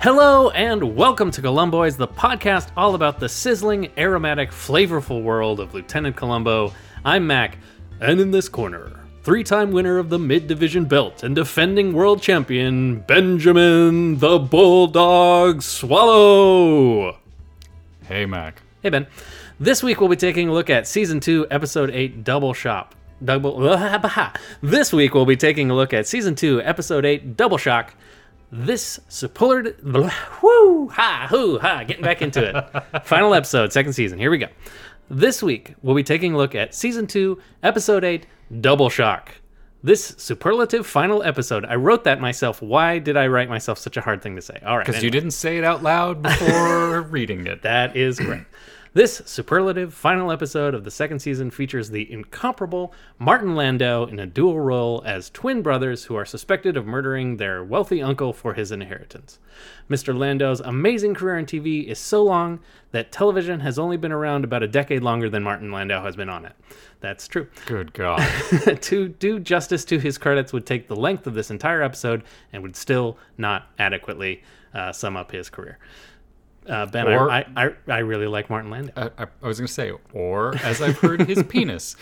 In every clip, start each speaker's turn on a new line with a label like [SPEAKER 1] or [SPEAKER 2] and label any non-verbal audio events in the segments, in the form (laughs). [SPEAKER 1] Hello and welcome to Columboys, the podcast all about the sizzling, aromatic, flavorful world of Lieutenant Columbo. I'm Mac, and in this corner, three time winner of the mid division belt and defending world champion, Benjamin the Bulldog Swallow.
[SPEAKER 2] Hey, Mac.
[SPEAKER 1] Hey, Ben. This week we'll be taking a look at Season 2, Episode 8, Double Shop. Double. (laughs) This week we'll be taking a look at Season 2, Episode 8, Double Shock. This supported. (laughs) Woo! Ha! Hoo! Ha! Getting back into
[SPEAKER 2] (laughs)
[SPEAKER 1] it. Final episode, second season. Here we go. This week we'll be taking a look at Season 2, Episode 8, Double Shock. This superlative final episode. I wrote that myself. Why did I write myself such a hard thing to say? All right.
[SPEAKER 2] Because
[SPEAKER 1] anyway.
[SPEAKER 2] you didn't say it out
[SPEAKER 1] (laughs)
[SPEAKER 2] loud before reading it.
[SPEAKER 1] That is (clears throat) correct. this superlative final episode of the second season features the incomparable Martin Landau in a dual role as twin brothers who are suspected of murdering their wealthy uncle for his inheritance. Mr. Landau's amazing career on TV is so long that television has only been around about a decade longer than Martin Landau has been on it. That's true.
[SPEAKER 2] Good God.
[SPEAKER 1] (laughs) to do justice to his credits would take the length of this entire episode and would still not adequately uh, sum up his career. Uh, ben, I-
[SPEAKER 2] Or-
[SPEAKER 1] I, I, I really like Martin Landau.
[SPEAKER 2] I, I, I was going to say, or as I've heard,
[SPEAKER 1] (laughs)
[SPEAKER 2] his penis.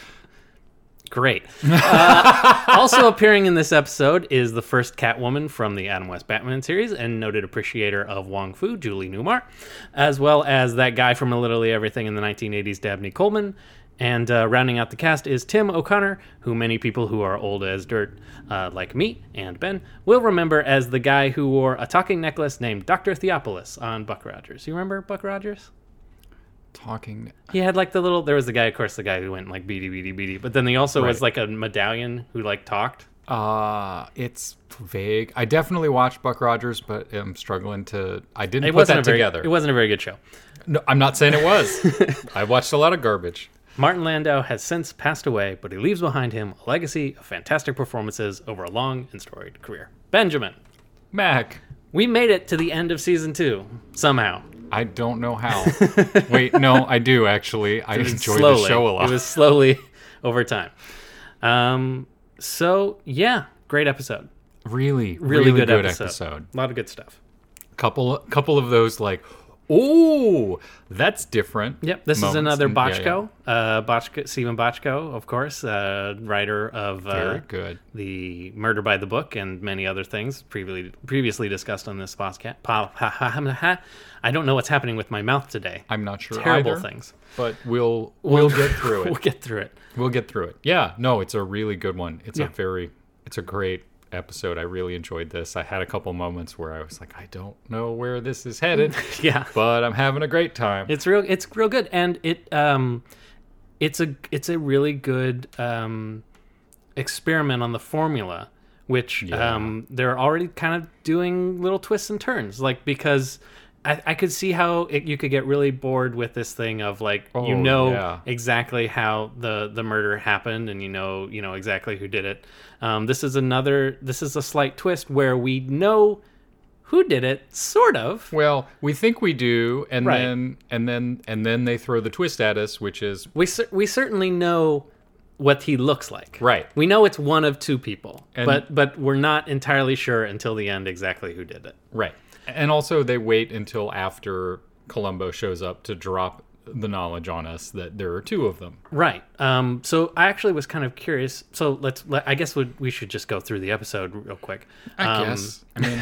[SPEAKER 1] Great. Uh, also appearing in this episode is the first Catwoman from the Adam West Batman series and noted appreciator of Wong Fu, Julie Newmar, as well as that guy from literally everything in the 1980s, Dabney Coleman. And uh, rounding out the cast is Tim O'Connor, who many people who are old as dirt, uh, like me and Ben, will remember as the guy who wore a talking necklace named Dr. Theopolis on Buck Rogers. You remember Buck Rogers?
[SPEAKER 2] Talking.
[SPEAKER 1] He had like the little. There was the guy, of course, the guy who went like beady beady beady. But then they also was like a medallion who like talked.
[SPEAKER 2] Uh, it's vague. I definitely watched Buck Rogers, but I'm struggling to. I didn't
[SPEAKER 1] It
[SPEAKER 2] put
[SPEAKER 1] wasn't a
[SPEAKER 2] that
[SPEAKER 1] very,
[SPEAKER 2] together.
[SPEAKER 1] It wasn't a very good show.
[SPEAKER 2] no, I'm not saying it
[SPEAKER 1] (laughs)
[SPEAKER 2] was. I watched a lot of garbage.
[SPEAKER 1] Martin Landau has since passed away, but he leaves behind him a legacy of fantastic performances over a long and storied career. Benjamin,
[SPEAKER 2] Mac.
[SPEAKER 1] we made it to the end of season two somehow.
[SPEAKER 2] I don't
[SPEAKER 1] (laughs)
[SPEAKER 2] know how. Wait, no, I do actually. I
[SPEAKER 1] It was
[SPEAKER 2] enjoy
[SPEAKER 1] slowly.
[SPEAKER 2] the show a lot.
[SPEAKER 1] It was slowly (laughs) over time. Um. So yeah, great episode.
[SPEAKER 2] really, really,
[SPEAKER 1] Really,
[SPEAKER 2] good,
[SPEAKER 1] good,
[SPEAKER 2] episode.
[SPEAKER 1] A lot of good stuff.
[SPEAKER 2] couple couple of those like oh that's different
[SPEAKER 1] Yep, this is
[SPEAKER 2] moments.
[SPEAKER 1] another
[SPEAKER 2] And- yeah,
[SPEAKER 1] Bochco. Uh, Bochco, Stephen Bochco, of course, uh, writer of
[SPEAKER 2] yeah.
[SPEAKER 1] uh,
[SPEAKER 2] very good
[SPEAKER 1] the Murder by the Book and many other things previously previously discussed on this podcast. Po- ha- ha- ha- ha. I don't know what's happening with my mouth today.
[SPEAKER 2] i'm not sure
[SPEAKER 1] Terrible
[SPEAKER 2] either,
[SPEAKER 1] things.
[SPEAKER 2] but we'll we'll get
[SPEAKER 1] (laughs)
[SPEAKER 2] through
[SPEAKER 1] We'll
[SPEAKER 2] it
[SPEAKER 1] get through it.
[SPEAKER 2] we'll get through it yeah no it's a really good one it's
[SPEAKER 1] Yeah.
[SPEAKER 2] a very it's a great episode i really enjoyed this i had a couple moments where i was like i don't know where this is headed
[SPEAKER 1] (laughs) Yeah.
[SPEAKER 2] but i'm having a great time
[SPEAKER 1] It's real. It's real good, and it um, it's a it's a really good um, experiment on the formula, which
[SPEAKER 2] Yeah.
[SPEAKER 1] um, they're already kind of doing little twists and turns, like because. I, I could see how it, you could get really bored with this thing of like you
[SPEAKER 2] Oh,
[SPEAKER 1] know
[SPEAKER 2] yeah.
[SPEAKER 1] exactly how the the murder happened and you know you know exactly who did it. Um, this is another this is a slight twist where we know who did it, sort of.
[SPEAKER 2] well we think we do and
[SPEAKER 1] Right.
[SPEAKER 2] then and then and then they throw the twist at us which is
[SPEAKER 1] We cer- we certainly know what he looks like.
[SPEAKER 2] Right.
[SPEAKER 1] We know it's one of two people,
[SPEAKER 2] And-
[SPEAKER 1] but but we're not entirely sure until the end exactly who did it.
[SPEAKER 2] Right. And also, they wait until after Columbo shows up to drop the knowledge on us that there are two of them.
[SPEAKER 1] Right. Um, so I actually was kind of curious. So let's. Let, I guess we, we should just go through the episode real quick.
[SPEAKER 2] I
[SPEAKER 1] Um, (laughs)
[SPEAKER 2] guess. I mean,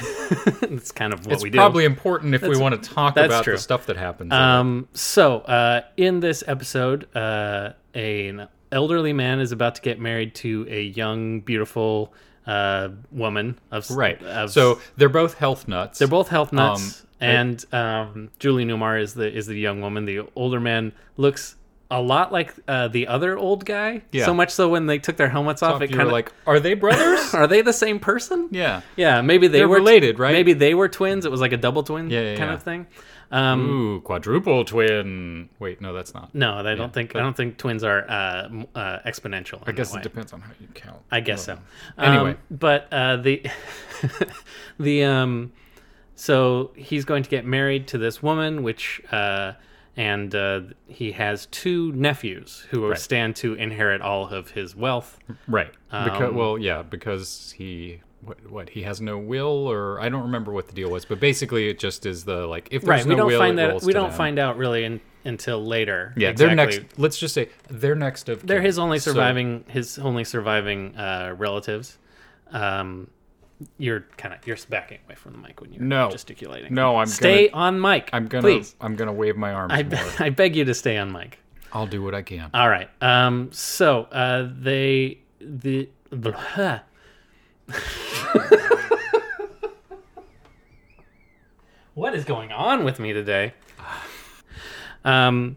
[SPEAKER 1] it's kind of what
[SPEAKER 2] it's
[SPEAKER 1] we do.
[SPEAKER 2] probably important if we want to talk
[SPEAKER 1] that's
[SPEAKER 2] about
[SPEAKER 1] true.
[SPEAKER 2] the stuff that happens.
[SPEAKER 1] Um, so, uh, in this episode, uh, an elderly man is about to get married to a young, beautiful uh, woman. Of,
[SPEAKER 2] right.
[SPEAKER 1] Of,
[SPEAKER 2] so they're both health nuts.
[SPEAKER 1] they're both health nuts,
[SPEAKER 2] Um, I-
[SPEAKER 1] and um, Julie Newmar is the is the young woman. The older man looks a lot like uh, the other old guy.
[SPEAKER 2] Yeah.
[SPEAKER 1] So much so when they took their helmets off, it
[SPEAKER 2] you
[SPEAKER 1] kind
[SPEAKER 2] were
[SPEAKER 1] of
[SPEAKER 2] like, are they brothers?
[SPEAKER 1] (laughs) are they the same person?
[SPEAKER 2] yeah.
[SPEAKER 1] Yeah, maybe they
[SPEAKER 2] They're
[SPEAKER 1] were
[SPEAKER 2] related, right?
[SPEAKER 1] Maybe they were twins. It was like a double twin
[SPEAKER 2] Yeah, yeah, Mm.
[SPEAKER 1] kind
[SPEAKER 2] yeah.
[SPEAKER 1] of thing. Um,
[SPEAKER 2] Ooh, quadruple twin. Wait, no, that's not.
[SPEAKER 1] No, I don't think I don't think twins are uh, m- uh, exponential.
[SPEAKER 2] I guess it depends on how you count.
[SPEAKER 1] I guess so.
[SPEAKER 2] Anyway.
[SPEAKER 1] Um, but uh, the (laughs) the um, so he's going to get married to this woman, which uh, and uh, he has two nephews who
[SPEAKER 2] Right.
[SPEAKER 1] stand to inherit all of his wealth.
[SPEAKER 2] Right. Because,
[SPEAKER 1] Um,
[SPEAKER 2] well, yeah, because he what, what he has no will or I don't remember what the deal was, but basically it just is the like if there's
[SPEAKER 1] right. We
[SPEAKER 2] no
[SPEAKER 1] don't
[SPEAKER 2] will,
[SPEAKER 1] find
[SPEAKER 2] it
[SPEAKER 1] that.
[SPEAKER 2] rolls
[SPEAKER 1] We
[SPEAKER 2] to
[SPEAKER 1] don't
[SPEAKER 2] them.
[SPEAKER 1] find out really in, until later.
[SPEAKER 2] yeah
[SPEAKER 1] exactly.
[SPEAKER 2] they're next. Let's just say they're next of
[SPEAKER 1] They're
[SPEAKER 2] kin.
[SPEAKER 1] his only
[SPEAKER 2] So-
[SPEAKER 1] surviving. his only surviving uh, relatives. Um, you're kind of you're backing away from the mic when you're
[SPEAKER 2] No.
[SPEAKER 1] gesticulating.
[SPEAKER 2] no, I'm
[SPEAKER 1] stay
[SPEAKER 2] Gonna,
[SPEAKER 1] on mic.
[SPEAKER 2] I'm gonna.
[SPEAKER 1] please.
[SPEAKER 2] I'm gonna wave my arms.
[SPEAKER 1] I,
[SPEAKER 2] more.
[SPEAKER 1] be- (laughs) I beg you to stay on mic.
[SPEAKER 2] I'll do what I can.
[SPEAKER 1] All right. Um. So uh, they the. blah. (laughs) what is going on with me today? Um,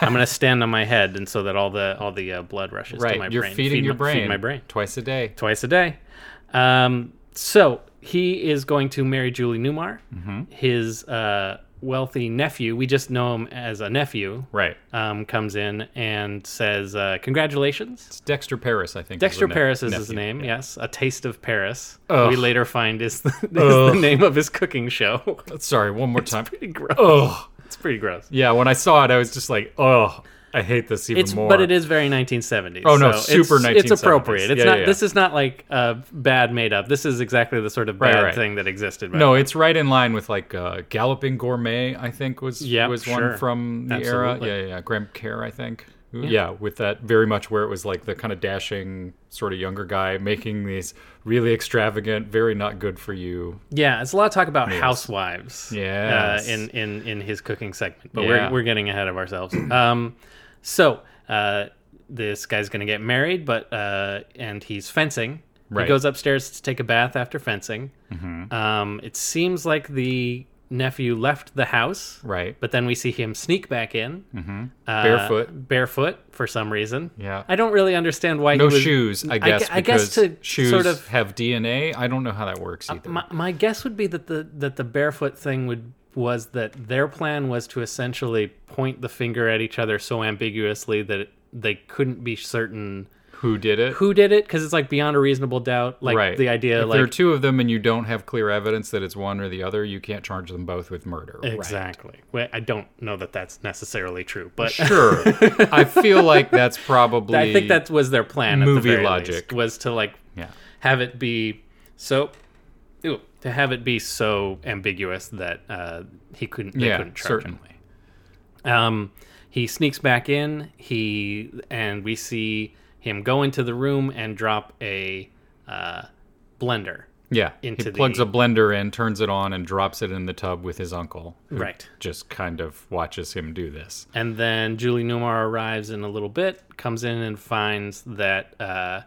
[SPEAKER 1] I'm gonna stand on my head, and so that all the all the uh, blood rushes to my
[SPEAKER 2] Right, you're
[SPEAKER 1] brain.
[SPEAKER 2] feeding
[SPEAKER 1] Feed
[SPEAKER 2] your
[SPEAKER 1] my-
[SPEAKER 2] brain.
[SPEAKER 1] Feed my brain
[SPEAKER 2] twice a day.
[SPEAKER 1] twice a day. Um, so he is going to marry Julie Newmar,
[SPEAKER 2] Mm-hmm.
[SPEAKER 1] his uh, wealthy nephew. We just know him as a nephew.
[SPEAKER 2] Right.
[SPEAKER 1] Um, comes in and says, uh, "Congratulations."
[SPEAKER 2] It's Dexter Paris, I think.
[SPEAKER 1] Dexter
[SPEAKER 2] ne-
[SPEAKER 1] Paris is his
[SPEAKER 2] nephew.
[SPEAKER 1] name. Yes, a taste of Paris.
[SPEAKER 2] Ugh.
[SPEAKER 1] We later find is (laughs) the, is the name of his cooking show. (laughs)
[SPEAKER 2] (laughs) Sorry, one more time.
[SPEAKER 1] pretty gross.
[SPEAKER 2] Oh,
[SPEAKER 1] It's pretty gross.
[SPEAKER 2] yeah. When I saw it, I was just like, oh, I hate this even
[SPEAKER 1] It's
[SPEAKER 2] more.
[SPEAKER 1] but it is very 1970s.
[SPEAKER 2] Oh, no,
[SPEAKER 1] so
[SPEAKER 2] super
[SPEAKER 1] it's, It's
[SPEAKER 2] 1970s.
[SPEAKER 1] appropriate. It's
[SPEAKER 2] Yeah,
[SPEAKER 1] not.
[SPEAKER 2] yeah, yeah.
[SPEAKER 1] This is not like uh, bad made up. This is exactly the sort of bad
[SPEAKER 2] right.
[SPEAKER 1] thing that existed. Back
[SPEAKER 2] No, it's right in line with like uh, Galloping Gourmet. I think was
[SPEAKER 1] Yep,
[SPEAKER 2] was
[SPEAKER 1] sure.
[SPEAKER 2] one from the
[SPEAKER 1] Absolutely.
[SPEAKER 2] era. Yeah, yeah, yeah. Graham Kerr, I think. Yeah. with that very much where it was like the kind of dashing sort of younger guy making these really extravagant, very not good for you.
[SPEAKER 1] Yeah, it's a lot of talk about housewives.
[SPEAKER 2] Yes.
[SPEAKER 1] Uh, in in in his cooking segment, but
[SPEAKER 2] Yeah.
[SPEAKER 1] we're we're getting ahead of ourselves. um, so uh, this guy's gonna get married, but uh, and he's fencing. He
[SPEAKER 2] Right. Mm-hmm.
[SPEAKER 1] goes upstairs to take a bath after fencing. Um, it seems like the nephew left the house,
[SPEAKER 2] Right.
[SPEAKER 1] but then we see him sneak back in mm-hmm. uh,
[SPEAKER 2] Barefoot.
[SPEAKER 1] barefoot for some reason.
[SPEAKER 2] Yeah.
[SPEAKER 1] I don't really understand why
[SPEAKER 2] No
[SPEAKER 1] he was,
[SPEAKER 2] shoes, I
[SPEAKER 1] I
[SPEAKER 2] guess.
[SPEAKER 1] gue- I guess
[SPEAKER 2] because
[SPEAKER 1] to
[SPEAKER 2] shoes
[SPEAKER 1] sort of- Uh,
[SPEAKER 2] have DNA. I don't know how that works either.
[SPEAKER 1] My, my guess would be that the that the barefoot thing would was that their plan was to essentially point the finger at each other so ambiguously that it, they couldn't be certain
[SPEAKER 2] Who did it?
[SPEAKER 1] who did it because it's like beyond a reasonable doubt. Like
[SPEAKER 2] right.
[SPEAKER 1] the idea,
[SPEAKER 2] If there are
[SPEAKER 1] like
[SPEAKER 2] two of them, and you don't have clear evidence that it's one or the other, you can't charge them both with murder. Right.
[SPEAKER 1] exactly. Well, I don't know that that's necessarily true, but
[SPEAKER 2] Sure. I feel like that's
[SPEAKER 1] (laughs)
[SPEAKER 2] probably.
[SPEAKER 1] I think that was their plan. at the
[SPEAKER 2] Movie
[SPEAKER 1] very
[SPEAKER 2] logic.
[SPEAKER 1] least, was to like
[SPEAKER 2] Yeah.
[SPEAKER 1] have it be so. Ooh, to have it be so ambiguous that uh, he couldn't, they
[SPEAKER 2] Yeah.
[SPEAKER 1] couldn't charge him.
[SPEAKER 2] Certainly.
[SPEAKER 1] Um, he sneaks back in. He and we see him go into the room and drop a uh, blender.
[SPEAKER 2] Yeah.
[SPEAKER 1] Into
[SPEAKER 2] he plugs
[SPEAKER 1] the-
[SPEAKER 2] a blender in, turns it on, and drops it in the tub with his uncle. who
[SPEAKER 1] Right.
[SPEAKER 2] Just kind of watches him do this.
[SPEAKER 1] And then Julie Newmar arrives in a little bit, comes in and finds that uh,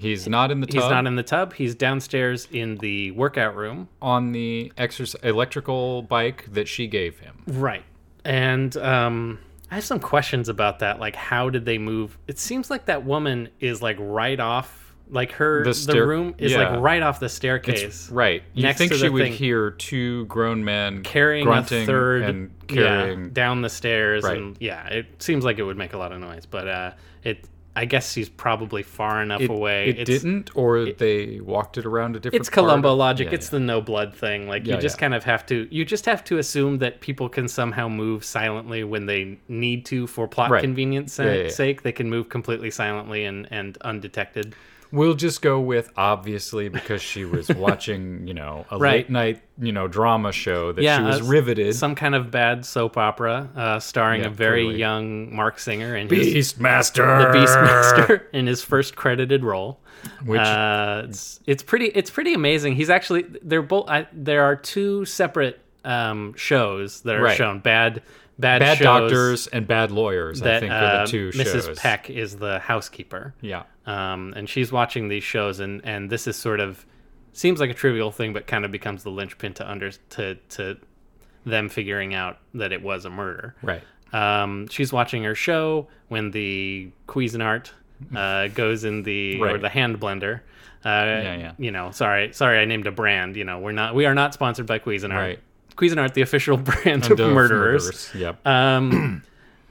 [SPEAKER 2] He's not in the tub.
[SPEAKER 1] he's not in the tub. He's downstairs in the workout room.
[SPEAKER 2] on the exercise electrical bike that she gave him.
[SPEAKER 1] Right. And um, I have some questions about that. Like, how did they move? It seems like that woman is like right off, like her, the,
[SPEAKER 2] The stair-
[SPEAKER 1] room is
[SPEAKER 2] yeah.
[SPEAKER 1] like right off the staircase.
[SPEAKER 2] Right. You
[SPEAKER 1] next
[SPEAKER 2] think
[SPEAKER 1] to
[SPEAKER 2] she
[SPEAKER 1] the
[SPEAKER 2] would
[SPEAKER 1] thing.
[SPEAKER 2] hear two grown men
[SPEAKER 1] carrying
[SPEAKER 2] grunting
[SPEAKER 1] a third
[SPEAKER 2] and
[SPEAKER 1] yeah,
[SPEAKER 2] carrying.
[SPEAKER 1] down the stairs
[SPEAKER 2] Right.
[SPEAKER 1] and yeah it seems like it would make a lot of noise but uh it i guess she's probably far enough
[SPEAKER 2] It,
[SPEAKER 1] away
[SPEAKER 2] it
[SPEAKER 1] it's,
[SPEAKER 2] didn't, or they walked it around a different.
[SPEAKER 1] it's columbo
[SPEAKER 2] part?
[SPEAKER 1] logic
[SPEAKER 2] Yeah,
[SPEAKER 1] it's the no blood thing like
[SPEAKER 2] Yeah,
[SPEAKER 1] you just
[SPEAKER 2] yeah.
[SPEAKER 1] kind of have to you just have to assume that people can somehow move silently when they need to for plot
[SPEAKER 2] Right.
[SPEAKER 1] convenience sa-
[SPEAKER 2] Yeah, yeah, yeah.
[SPEAKER 1] sake they can move completely silently and and undetected
[SPEAKER 2] We'll just go with obviously because she
[SPEAKER 1] (laughs)
[SPEAKER 2] was watching, you know, a
[SPEAKER 1] Right.
[SPEAKER 2] late night, you know, drama show that
[SPEAKER 1] Yeah,
[SPEAKER 2] she was
[SPEAKER 1] uh,
[SPEAKER 2] riveted.
[SPEAKER 1] some kind of bad soap opera uh starring
[SPEAKER 2] Yeah,
[SPEAKER 1] a very
[SPEAKER 2] totally.
[SPEAKER 1] young mark singer
[SPEAKER 2] (laughs)
[SPEAKER 1] and his
[SPEAKER 2] Beastmaster.
[SPEAKER 1] the Beastmaster (laughs) in his first credited role.
[SPEAKER 2] Which-
[SPEAKER 1] uh, it's, it's pretty it's pretty amazing. He's actually they're both I, there are two separate um, shows that are
[SPEAKER 2] Right.
[SPEAKER 1] shown bad bad,
[SPEAKER 2] (laughs) Bad
[SPEAKER 1] shows
[SPEAKER 2] doctors and bad lawyers.
[SPEAKER 1] that
[SPEAKER 2] I think
[SPEAKER 1] uh,
[SPEAKER 2] are the two
[SPEAKER 1] Mrs.
[SPEAKER 2] shows.
[SPEAKER 1] Peck is the housekeeper.
[SPEAKER 2] Yeah.
[SPEAKER 1] Um, and she's watching these shows and and this is sort of seems like a trivial thing but kind of becomes the linchpin to under to to them figuring out that it was a murder.
[SPEAKER 2] Right.
[SPEAKER 1] Um, she's watching her show when the Cuisinart uh, goes in the or
[SPEAKER 2] Right.
[SPEAKER 1] the hand blender. Uh,
[SPEAKER 2] yeah.
[SPEAKER 1] You know, sorry, sorry, I named a brand. You know, we're not we are not sponsored by Cuisinart.
[SPEAKER 2] Right.
[SPEAKER 1] Cuisinart, the official (laughs) brand of
[SPEAKER 2] And, uh,
[SPEAKER 1] murderers.
[SPEAKER 2] Yep. (clears throat)
[SPEAKER 1] Um,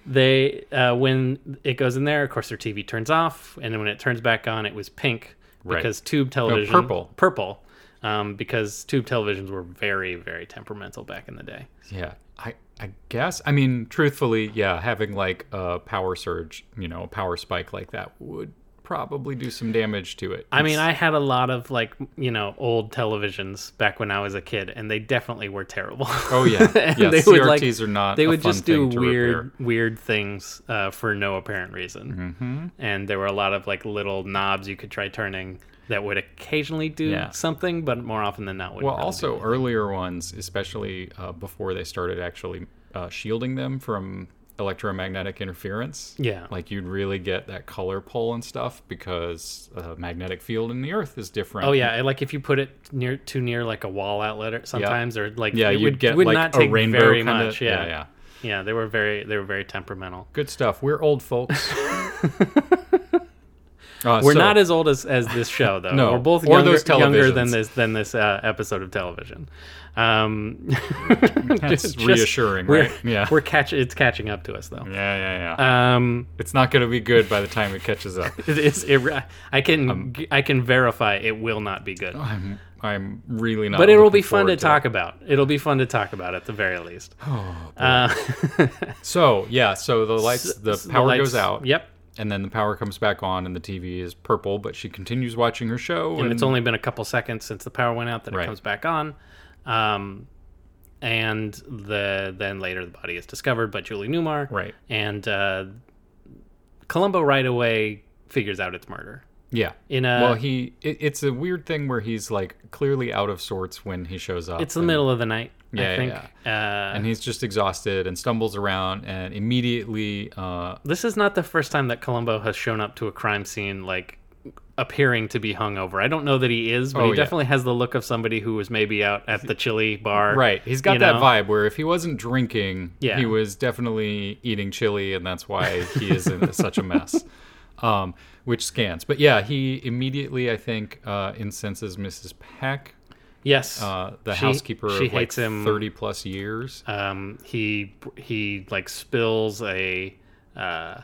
[SPEAKER 1] they uh, when it goes in there, of course, their TV turns off, and then when it turns back on, it was pink
[SPEAKER 2] Right. Oh,
[SPEAKER 1] because tube television
[SPEAKER 2] purple.
[SPEAKER 1] purple. Um, because tube televisions were very, very temperamental back in the day.
[SPEAKER 2] Yeah, I I guess. I mean, truthfully, yeah, having like a power surge, you know, a power spike like that would probably do some damage to it.
[SPEAKER 1] I mean, I had a lot of like you know old televisions back when I was a kid, and they definitely were terrible.
[SPEAKER 2] Oh yeah, yeah.
[SPEAKER 1] (laughs) And they
[SPEAKER 2] CRTs
[SPEAKER 1] would, like-
[SPEAKER 2] are not.
[SPEAKER 1] they
[SPEAKER 2] a
[SPEAKER 1] would
[SPEAKER 2] fun
[SPEAKER 1] just do
[SPEAKER 2] thing to
[SPEAKER 1] weird
[SPEAKER 2] repair.
[SPEAKER 1] weird things uh, for no apparent reason
[SPEAKER 2] Mm-hmm.
[SPEAKER 1] and there were a lot of like little knobs you could try turning that would occasionally do
[SPEAKER 2] Yeah.
[SPEAKER 1] something but more often than not would
[SPEAKER 2] Well, also earlier ones, especially uh, before they started actually uh, shielding them from electromagnetic interference.
[SPEAKER 1] Yeah.
[SPEAKER 2] like you'd really get that color pull and stuff because uh, magnetic field in the Earth is different.
[SPEAKER 1] oh yeah and, like if you put it near too near like a wall outlet or sometimes or like
[SPEAKER 2] yeah,
[SPEAKER 1] it
[SPEAKER 2] you'd
[SPEAKER 1] would,
[SPEAKER 2] get
[SPEAKER 1] would
[SPEAKER 2] like
[SPEAKER 1] not
[SPEAKER 2] a
[SPEAKER 1] take
[SPEAKER 2] rainbow
[SPEAKER 1] very
[SPEAKER 2] kinda-
[SPEAKER 1] much yeah.
[SPEAKER 2] yeah, yeah.
[SPEAKER 1] Yeah, they were very they were very temperamental
[SPEAKER 2] Good stuff. We're
[SPEAKER 1] (laughs)
[SPEAKER 2] old folks. Uh,
[SPEAKER 1] we're
[SPEAKER 2] so-
[SPEAKER 1] not as old as, as this show though
[SPEAKER 2] (laughs) No,
[SPEAKER 1] we're both
[SPEAKER 2] or
[SPEAKER 1] younger,
[SPEAKER 2] those
[SPEAKER 1] younger than
[SPEAKER 2] televisions.
[SPEAKER 1] this than this uh, episode of television um (laughs)
[SPEAKER 2] That's reassuring,
[SPEAKER 1] we're,
[SPEAKER 2] right? Yeah.
[SPEAKER 1] we're catch it's catching up to us though
[SPEAKER 2] yeah, yeah, yeah.
[SPEAKER 1] Um,
[SPEAKER 2] it's not going to be good by the time it catches up.
[SPEAKER 1] it is. It, I can
[SPEAKER 2] Um,
[SPEAKER 1] I can verify it will not be good,
[SPEAKER 2] I'm, Oh, I'm really not.
[SPEAKER 1] but it will be
[SPEAKER 2] looking
[SPEAKER 1] fun to,
[SPEAKER 2] forward Oh,
[SPEAKER 1] talk Oh, about. It'll be fun to talk about at the very least. Uh, (laughs)
[SPEAKER 2] So yeah, so the lights, the
[SPEAKER 1] S-
[SPEAKER 2] power
[SPEAKER 1] lights-
[SPEAKER 2] goes out.
[SPEAKER 1] Yep,
[SPEAKER 2] and then the power comes back on, and the TV is purple. But she continues watching her show, and,
[SPEAKER 1] and it's only been a couple seconds since the power went out that it
[SPEAKER 2] Right.
[SPEAKER 1] comes back on. Um, and the then later the body is discovered by Julie Newmar.
[SPEAKER 2] Right.
[SPEAKER 1] and uh, Columbo right away figures out it's murder.
[SPEAKER 2] yeah.
[SPEAKER 1] In a
[SPEAKER 2] well, he it, it's a weird thing where he's like clearly out of sorts when he shows up.
[SPEAKER 1] it's the
[SPEAKER 2] and-
[SPEAKER 1] middle of the night.
[SPEAKER 2] Yeah,
[SPEAKER 1] I
[SPEAKER 2] yeah,
[SPEAKER 1] think. Uh,
[SPEAKER 2] and he's just exhausted and stumbles around and immediately uh,
[SPEAKER 1] This is not the first time that Columbo has shown up to a crime scene like appearing to be hungover. I don't know that he is, but
[SPEAKER 2] Oh,
[SPEAKER 1] he
[SPEAKER 2] yeah.
[SPEAKER 1] definitely has the look of somebody who was maybe out at the chili bar.
[SPEAKER 2] (laughs) Right. He's got
[SPEAKER 1] you
[SPEAKER 2] that
[SPEAKER 1] know?
[SPEAKER 2] vibe where if he wasn't drinking,
[SPEAKER 1] Yeah.
[SPEAKER 2] he was definitely eating chili, and that's why he
[SPEAKER 1] (laughs)
[SPEAKER 2] is in such a mess. Um, which scans. But yeah, he immediately, I think, uh, incenses Mrs. Peck,
[SPEAKER 1] Yes.
[SPEAKER 2] uh, the
[SPEAKER 1] She-
[SPEAKER 2] housekeeper
[SPEAKER 1] she
[SPEAKER 2] of like
[SPEAKER 1] hates him.
[SPEAKER 2] 30 plus years.
[SPEAKER 1] um he he like spills a uh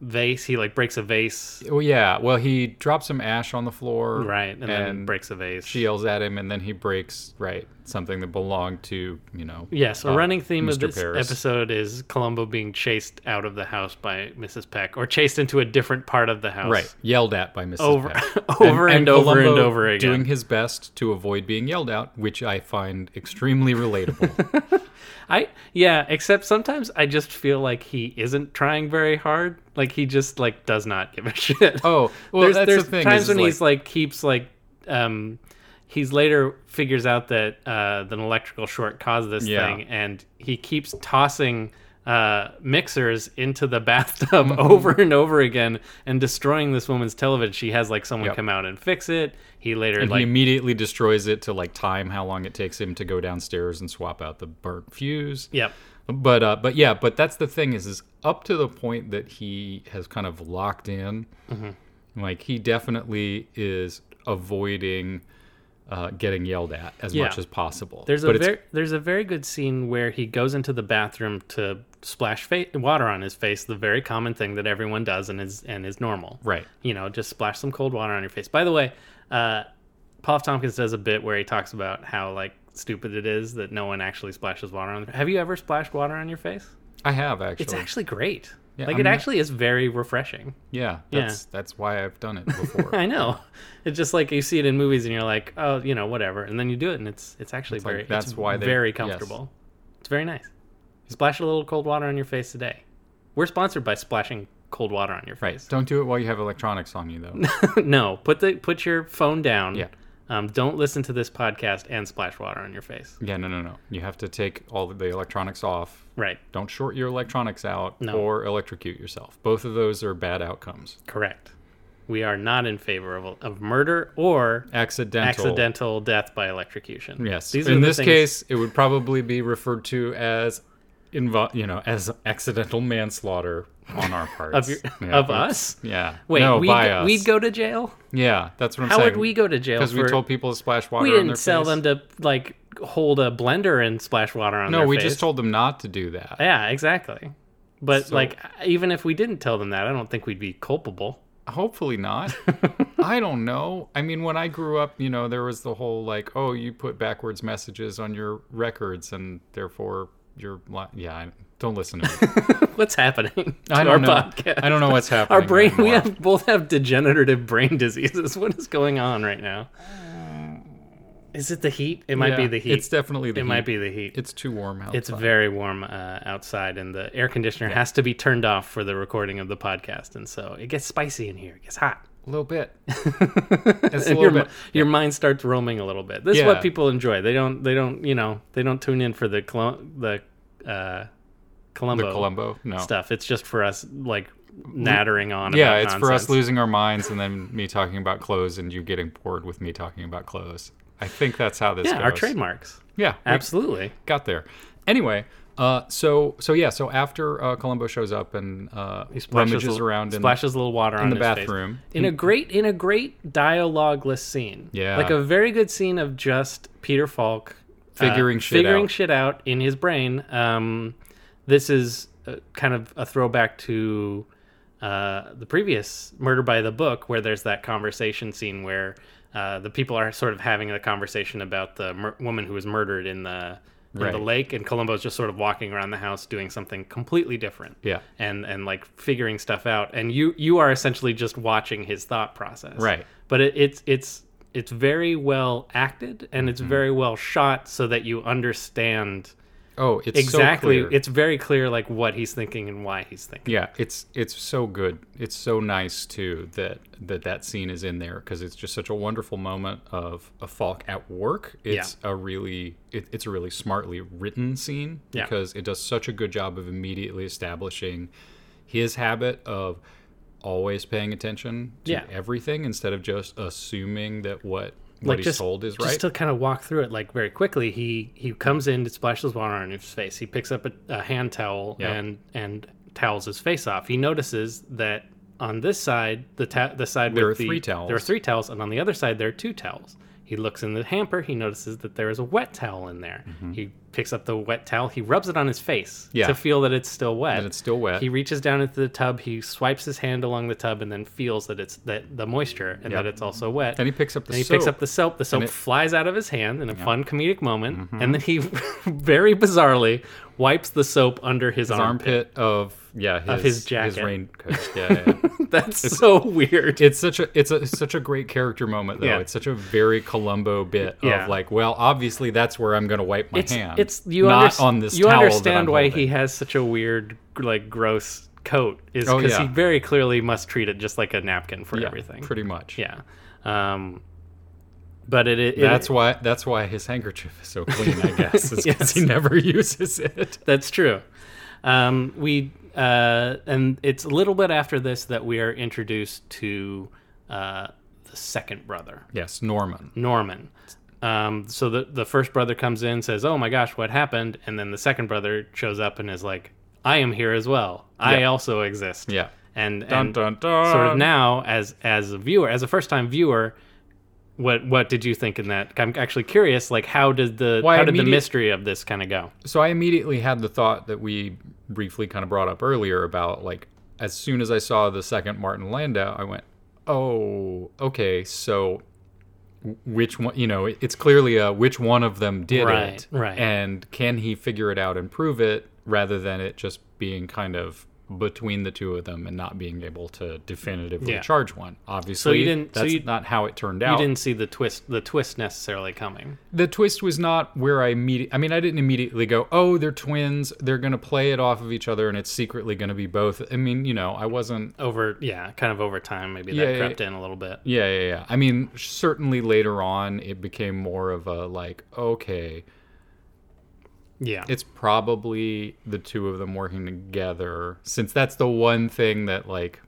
[SPEAKER 1] vase. He like breaks a vase.
[SPEAKER 2] Well, yeah. Well, he drops some ash on the floor.
[SPEAKER 1] Right. And, then breaks a vase.
[SPEAKER 2] She yells at him, and then he breaks, right, something that belonged to, you know.
[SPEAKER 1] Yes, a
[SPEAKER 2] uh,
[SPEAKER 1] running theme of
[SPEAKER 2] Mr.
[SPEAKER 1] this
[SPEAKER 2] Paris.
[SPEAKER 1] episode is Columbo being chased out of the house by Mrs. Peck, or chased into a different part of the house.
[SPEAKER 2] Right, yelled at by Mrs.
[SPEAKER 1] Over- (laughs)
[SPEAKER 2] Peck.
[SPEAKER 1] over and over and
[SPEAKER 2] Columbo
[SPEAKER 1] over again.
[SPEAKER 2] doing his best to avoid being yelled at, which I find extremely
[SPEAKER 1] (laughs)
[SPEAKER 2] relatable.
[SPEAKER 1] I yeah, except sometimes I just feel like he isn't trying very hard. Like he just like does not give a (laughs) shit.
[SPEAKER 2] oh, well,
[SPEAKER 1] there's,
[SPEAKER 2] that's
[SPEAKER 1] there's
[SPEAKER 2] the thing.
[SPEAKER 1] times
[SPEAKER 2] is,
[SPEAKER 1] when
[SPEAKER 2] like,
[SPEAKER 1] he's like keeps like um he's later figures out that uh that an electrical short caused this
[SPEAKER 2] Yeah.
[SPEAKER 1] thing and he keeps tossing uh mixers into the (laughs) bathtub
[SPEAKER 2] Mm-hmm.
[SPEAKER 1] over and over again and destroying this woman's television. She has like someone
[SPEAKER 2] Yep.
[SPEAKER 1] come out and fix it. He later
[SPEAKER 2] and
[SPEAKER 1] like
[SPEAKER 2] he immediately destroys it to like time how long it takes him to go downstairs and swap out the burnt fuse.
[SPEAKER 1] Yep.
[SPEAKER 2] But uh, but yeah, but that's the thing is is up to the point that he has kind of locked in.
[SPEAKER 1] Mm-hmm.
[SPEAKER 2] Like he definitely is avoiding uh, getting yelled at as
[SPEAKER 1] Yeah.
[SPEAKER 2] much as possible.
[SPEAKER 1] There's a
[SPEAKER 2] but it's
[SPEAKER 1] very there's a very good scene where he goes into the bathroom to splash fa- water on his face, the very common thing that everyone does and is and is normal.
[SPEAKER 2] Right.
[SPEAKER 1] You know, just splash some cold water on your face. By the way, uh, Paul F. Tompkins does a bit where he talks about how like stupid it is that no one actually splashes water on. Have you ever splashed water on your face?
[SPEAKER 2] I have actually.
[SPEAKER 1] It's actually great.
[SPEAKER 2] Yeah,
[SPEAKER 1] like
[SPEAKER 2] I'm
[SPEAKER 1] it
[SPEAKER 2] not-
[SPEAKER 1] actually is very refreshing.
[SPEAKER 2] Yeah,
[SPEAKER 1] Yeah.
[SPEAKER 2] that's that's why I've done it before.
[SPEAKER 1] (laughs) I know. It's just like you see it in movies and you're like, oh, you know, whatever. And then you do it and it's it's actually
[SPEAKER 2] like,
[SPEAKER 1] very
[SPEAKER 2] that's
[SPEAKER 1] it's
[SPEAKER 2] why they-
[SPEAKER 1] very
[SPEAKER 2] yes.
[SPEAKER 1] comfortable. It's very nice. Splash a little cold water on your face today. We're sponsored by splashing cold water on your
[SPEAKER 2] right.
[SPEAKER 1] face.
[SPEAKER 2] Don't do it while you have electronics on
[SPEAKER 1] (laughs)
[SPEAKER 2] you though.
[SPEAKER 1] no, put the put your phone down.
[SPEAKER 2] Yeah.
[SPEAKER 1] Um, don't listen to this podcast and splash water on your face.
[SPEAKER 2] yeah, no, no, no. You have to take all the electronics off.
[SPEAKER 1] Right.
[SPEAKER 2] Don't short your electronics out
[SPEAKER 1] No.
[SPEAKER 2] or electrocute yourself. Both of those are bad outcomes.
[SPEAKER 1] Correct. We are not in favor of, of murder or
[SPEAKER 2] Accidental.
[SPEAKER 1] accidental death by electrocution.
[SPEAKER 2] Yes.
[SPEAKER 1] These are
[SPEAKER 2] In
[SPEAKER 1] the
[SPEAKER 2] this
[SPEAKER 1] things-
[SPEAKER 2] case, it would probably be referred to as invo- you know, as accidental manslaughter on
[SPEAKER 1] (laughs)
[SPEAKER 2] our part.
[SPEAKER 1] of, your, of us.
[SPEAKER 2] (laughs) Yeah.
[SPEAKER 1] Wait,
[SPEAKER 2] no,
[SPEAKER 1] we'd,
[SPEAKER 2] by
[SPEAKER 1] go-
[SPEAKER 2] us.
[SPEAKER 1] we'd go to jail.
[SPEAKER 2] Yeah, that's what I'm
[SPEAKER 1] How
[SPEAKER 2] saying.
[SPEAKER 1] would we go to jail?
[SPEAKER 2] Because
[SPEAKER 1] for-
[SPEAKER 2] we told people to splash water
[SPEAKER 1] we
[SPEAKER 2] on their
[SPEAKER 1] didn't sell them
[SPEAKER 2] face.
[SPEAKER 1] to like hold a blender and splash water on.
[SPEAKER 2] No,
[SPEAKER 1] their
[SPEAKER 2] we
[SPEAKER 1] face.
[SPEAKER 2] just told them not to do that.
[SPEAKER 1] Yeah, exactly. But
[SPEAKER 2] So-
[SPEAKER 1] like, even if we didn't tell them that, I don't think we'd be culpable. (laughs)
[SPEAKER 2] Hopefully not. I don't know. I mean, when I grew up, you know, there was the whole like, oh, you put backwards messages on your records and therefore your li- yeah. I, don't listen to
[SPEAKER 1] (laughs)
[SPEAKER 2] me.
[SPEAKER 1] What's happening? to
[SPEAKER 2] I don't know.
[SPEAKER 1] our Podcast?
[SPEAKER 2] I don't know what's happening.
[SPEAKER 1] Our brain. We
[SPEAKER 2] anymore.
[SPEAKER 1] have both have degenerative brain (laughs) diseases. What is going on right now? Is it the heat? It might be
[SPEAKER 2] Yeah,
[SPEAKER 1] the heat.
[SPEAKER 2] It's definitely the
[SPEAKER 1] it
[SPEAKER 2] heat.
[SPEAKER 1] might be the heat.
[SPEAKER 2] It's too warm outside.
[SPEAKER 1] It's very warm uh, outside, and the air conditioner has to be turned off for the recording of the podcast, and so it gets spicy in here. It gets hot.
[SPEAKER 2] a little bit.
[SPEAKER 1] (laughs)
[SPEAKER 2] It's a
[SPEAKER 1] And (laughs)
[SPEAKER 2] little
[SPEAKER 1] your,
[SPEAKER 2] bit.
[SPEAKER 1] mi- your mind starts roaming a little bit. This is what
[SPEAKER 2] Yeah.
[SPEAKER 1] people enjoy. They don't. They don't. You know. They don't tune in for the Colo- the uh, Columbo,
[SPEAKER 2] The Columbo. No.
[SPEAKER 1] stuff. It's just for us like nattering on.
[SPEAKER 2] Yeah,
[SPEAKER 1] about
[SPEAKER 2] it's for us
[SPEAKER 1] nonsense.
[SPEAKER 2] losing our minds and then me talking about clothes and you getting bored with me talking about clothes. I think that's how this
[SPEAKER 1] Yeah,
[SPEAKER 2] goes.
[SPEAKER 1] our trademarks.
[SPEAKER 2] Yeah, we
[SPEAKER 1] Absolutely.
[SPEAKER 2] got there. Anyway, uh, so so yeah, so after uh, Columbo shows up and uh, he rummages
[SPEAKER 1] a-
[SPEAKER 2] around in
[SPEAKER 1] splashes a little water on
[SPEAKER 2] the
[SPEAKER 1] his face.
[SPEAKER 2] bathroom. Mm.
[SPEAKER 1] in a great in a great dialogueless scene.
[SPEAKER 2] Yeah.
[SPEAKER 1] like a very good scene of just Peter Falk uh,
[SPEAKER 2] Figuring shit
[SPEAKER 1] figuring
[SPEAKER 2] out.
[SPEAKER 1] shit out in his brain. Um, this is uh kind of a throwback to uh, the previous Murder by the Book, where there's that conversation scene where uh, the people are sort of having the conversation about the mur- woman who was murdered in the in the
[SPEAKER 2] Right.
[SPEAKER 1] lake, and Columbo's just sort of walking around the house doing something completely different
[SPEAKER 2] Yeah.
[SPEAKER 1] and and like figuring stuff out and you you are essentially just watching his thought process
[SPEAKER 2] Right.
[SPEAKER 1] but it, it's it's it's very well acted and
[SPEAKER 2] Mm-hmm.
[SPEAKER 1] it's very well shot so that you understand
[SPEAKER 2] Oh, it's
[SPEAKER 1] exactly
[SPEAKER 2] So clear.
[SPEAKER 1] it's very clear like what he's thinking and why he's thinking
[SPEAKER 2] yeah, it's it's so good. It's so nice too that that that scene is in there because it's just such a wonderful moment of a Falk at work. It's a really it, it's a really smartly written scene
[SPEAKER 1] Yeah.
[SPEAKER 2] because it does such a good job of immediately establishing his habit of always paying attention to
[SPEAKER 1] Yeah.
[SPEAKER 2] everything instead of just assuming that what what
[SPEAKER 1] like
[SPEAKER 2] he's
[SPEAKER 1] just
[SPEAKER 2] told is
[SPEAKER 1] just
[SPEAKER 2] right.
[SPEAKER 1] to kind of walk through it like very quickly he he comes in to splash his water on his face he picks up a, a hand towel
[SPEAKER 2] Yeah.
[SPEAKER 1] and and towels his face off he notices that on this side the ta- the side
[SPEAKER 2] There
[SPEAKER 1] with
[SPEAKER 2] are
[SPEAKER 1] the-
[SPEAKER 2] three
[SPEAKER 1] there are
[SPEAKER 2] towels.
[SPEAKER 1] three towels and on the other side there are two towels he looks in the hamper he notices that there is a wet towel in there he picks up the wet towel he rubs it on his face
[SPEAKER 2] Mm-hmm. Yeah.
[SPEAKER 1] to feel that it's still wet
[SPEAKER 2] That it's still wet.
[SPEAKER 1] he reaches down into the tub he swipes his hand along the tub and then feels that it's that the moisture and that it's also wet
[SPEAKER 2] then he picks up the
[SPEAKER 1] and he
[SPEAKER 2] soap.
[SPEAKER 1] picks up the soap. The soap flies out of his hand in a fun comedic moment,
[SPEAKER 2] Mm-hmm.
[SPEAKER 1] and then he (laughs) very bizarrely wipes the soap under his,
[SPEAKER 2] his
[SPEAKER 1] armpit.
[SPEAKER 2] armpit of yeah
[SPEAKER 1] his
[SPEAKER 2] his, his
[SPEAKER 1] jacket. (laughs)
[SPEAKER 2] raincoat. Yeah, yeah, yeah.
[SPEAKER 1] That's so weird.
[SPEAKER 2] it's such a it's a it's such a great character moment though.
[SPEAKER 1] Yeah.
[SPEAKER 2] It's such a very Columbo bit
[SPEAKER 1] Yeah.
[SPEAKER 2] of like, well, obviously that's where I'm going to wipe my
[SPEAKER 1] it's,
[SPEAKER 2] hand.
[SPEAKER 1] it's you
[SPEAKER 2] not
[SPEAKER 1] underst-
[SPEAKER 2] on this.
[SPEAKER 1] You
[SPEAKER 2] towel that
[SPEAKER 1] understand
[SPEAKER 2] I'm
[SPEAKER 1] why he
[SPEAKER 2] holding.
[SPEAKER 1] has such a weird, like, gross coat is
[SPEAKER 2] Oh,
[SPEAKER 1] because
[SPEAKER 2] yeah.
[SPEAKER 1] he very clearly must treat it just like a napkin for
[SPEAKER 2] Yeah,
[SPEAKER 1] everything.
[SPEAKER 2] pretty much.
[SPEAKER 1] Yeah. Um, but it, it
[SPEAKER 2] That's
[SPEAKER 1] it,
[SPEAKER 2] why that's why his handkerchief is so clean. I guess
[SPEAKER 1] (laughs)
[SPEAKER 2] is because he never (laughs) uses it.
[SPEAKER 1] That's true. Um, we uh, and it's a little bit after this that we are introduced to uh, the second brother,
[SPEAKER 2] Yes, Norman.
[SPEAKER 1] Norman. Um, so the the first brother comes in, says, "Oh my gosh, what happened?" And then the second brother shows up and is like, "I am here as well. I also exist."
[SPEAKER 2] Yeah.
[SPEAKER 1] And
[SPEAKER 2] Dun
[SPEAKER 1] and
[SPEAKER 2] dun dun.
[SPEAKER 1] sort of now as as a viewer, as a first time viewer. What what did you think in that? I'm actually curious. Like, how did the
[SPEAKER 2] Why
[SPEAKER 1] how did the
[SPEAKER 2] immediate-
[SPEAKER 1] mystery of this kind of go?
[SPEAKER 2] so I immediately had the thought that we briefly kind of brought up earlier about like as soon as I saw the second Martin Landau, I went, "Oh, okay, so w- which one, you know, it- it's clearly a which one of them did
[SPEAKER 1] Right,
[SPEAKER 2] it
[SPEAKER 1] right.
[SPEAKER 2] and can he figure it out and prove it rather than it just being kind of between the two of them and not being able to definitively
[SPEAKER 1] Yeah.
[SPEAKER 2] charge one. Obviously,
[SPEAKER 1] didn't- so
[SPEAKER 2] that's
[SPEAKER 1] you-
[SPEAKER 2] not how it turned
[SPEAKER 1] You
[SPEAKER 2] out.
[SPEAKER 1] didn't see the twist the twist necessarily coming.
[SPEAKER 2] the twist was not where I immediately. I mean, I didn't immediately go, "Oh, they're twins. They're gonna play it off of each other, and it's secretly gonna be both." I mean, you know, I wasn't.
[SPEAKER 1] over yeah kind of over time maybe that
[SPEAKER 2] Yeah, yeah,
[SPEAKER 1] crept in a little bit
[SPEAKER 2] Yeah, yeah, yeah. I mean, certainly later on, it became more of a like, okay,
[SPEAKER 1] yeah
[SPEAKER 2] it's probably the two of them working together, since that's the one thing that like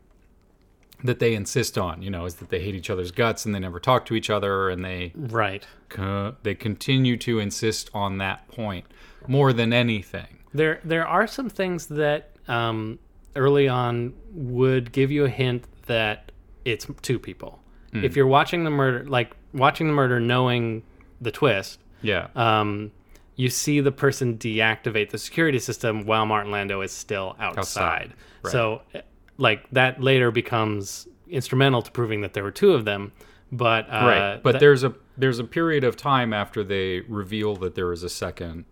[SPEAKER 2] that they insist on. You know, is that they hate each other's guts and they never talk to each other, and they
[SPEAKER 1] right
[SPEAKER 2] co- they continue to insist on that point more than anything.
[SPEAKER 1] there there are some things that um early on would give you a hint that it's two people
[SPEAKER 2] Hmm.
[SPEAKER 1] if you're watching the murder like watching the murder knowing the twist
[SPEAKER 2] Yeah.
[SPEAKER 1] um you see the person deactivate the security system while Martin Lando is still outside.
[SPEAKER 2] Outside, right.
[SPEAKER 1] So, eh, like that later becomes instrumental to proving that there were two of them. But uh,
[SPEAKER 2] right but
[SPEAKER 1] tha-
[SPEAKER 2] there's a there's a period of time after they reveal that there is a second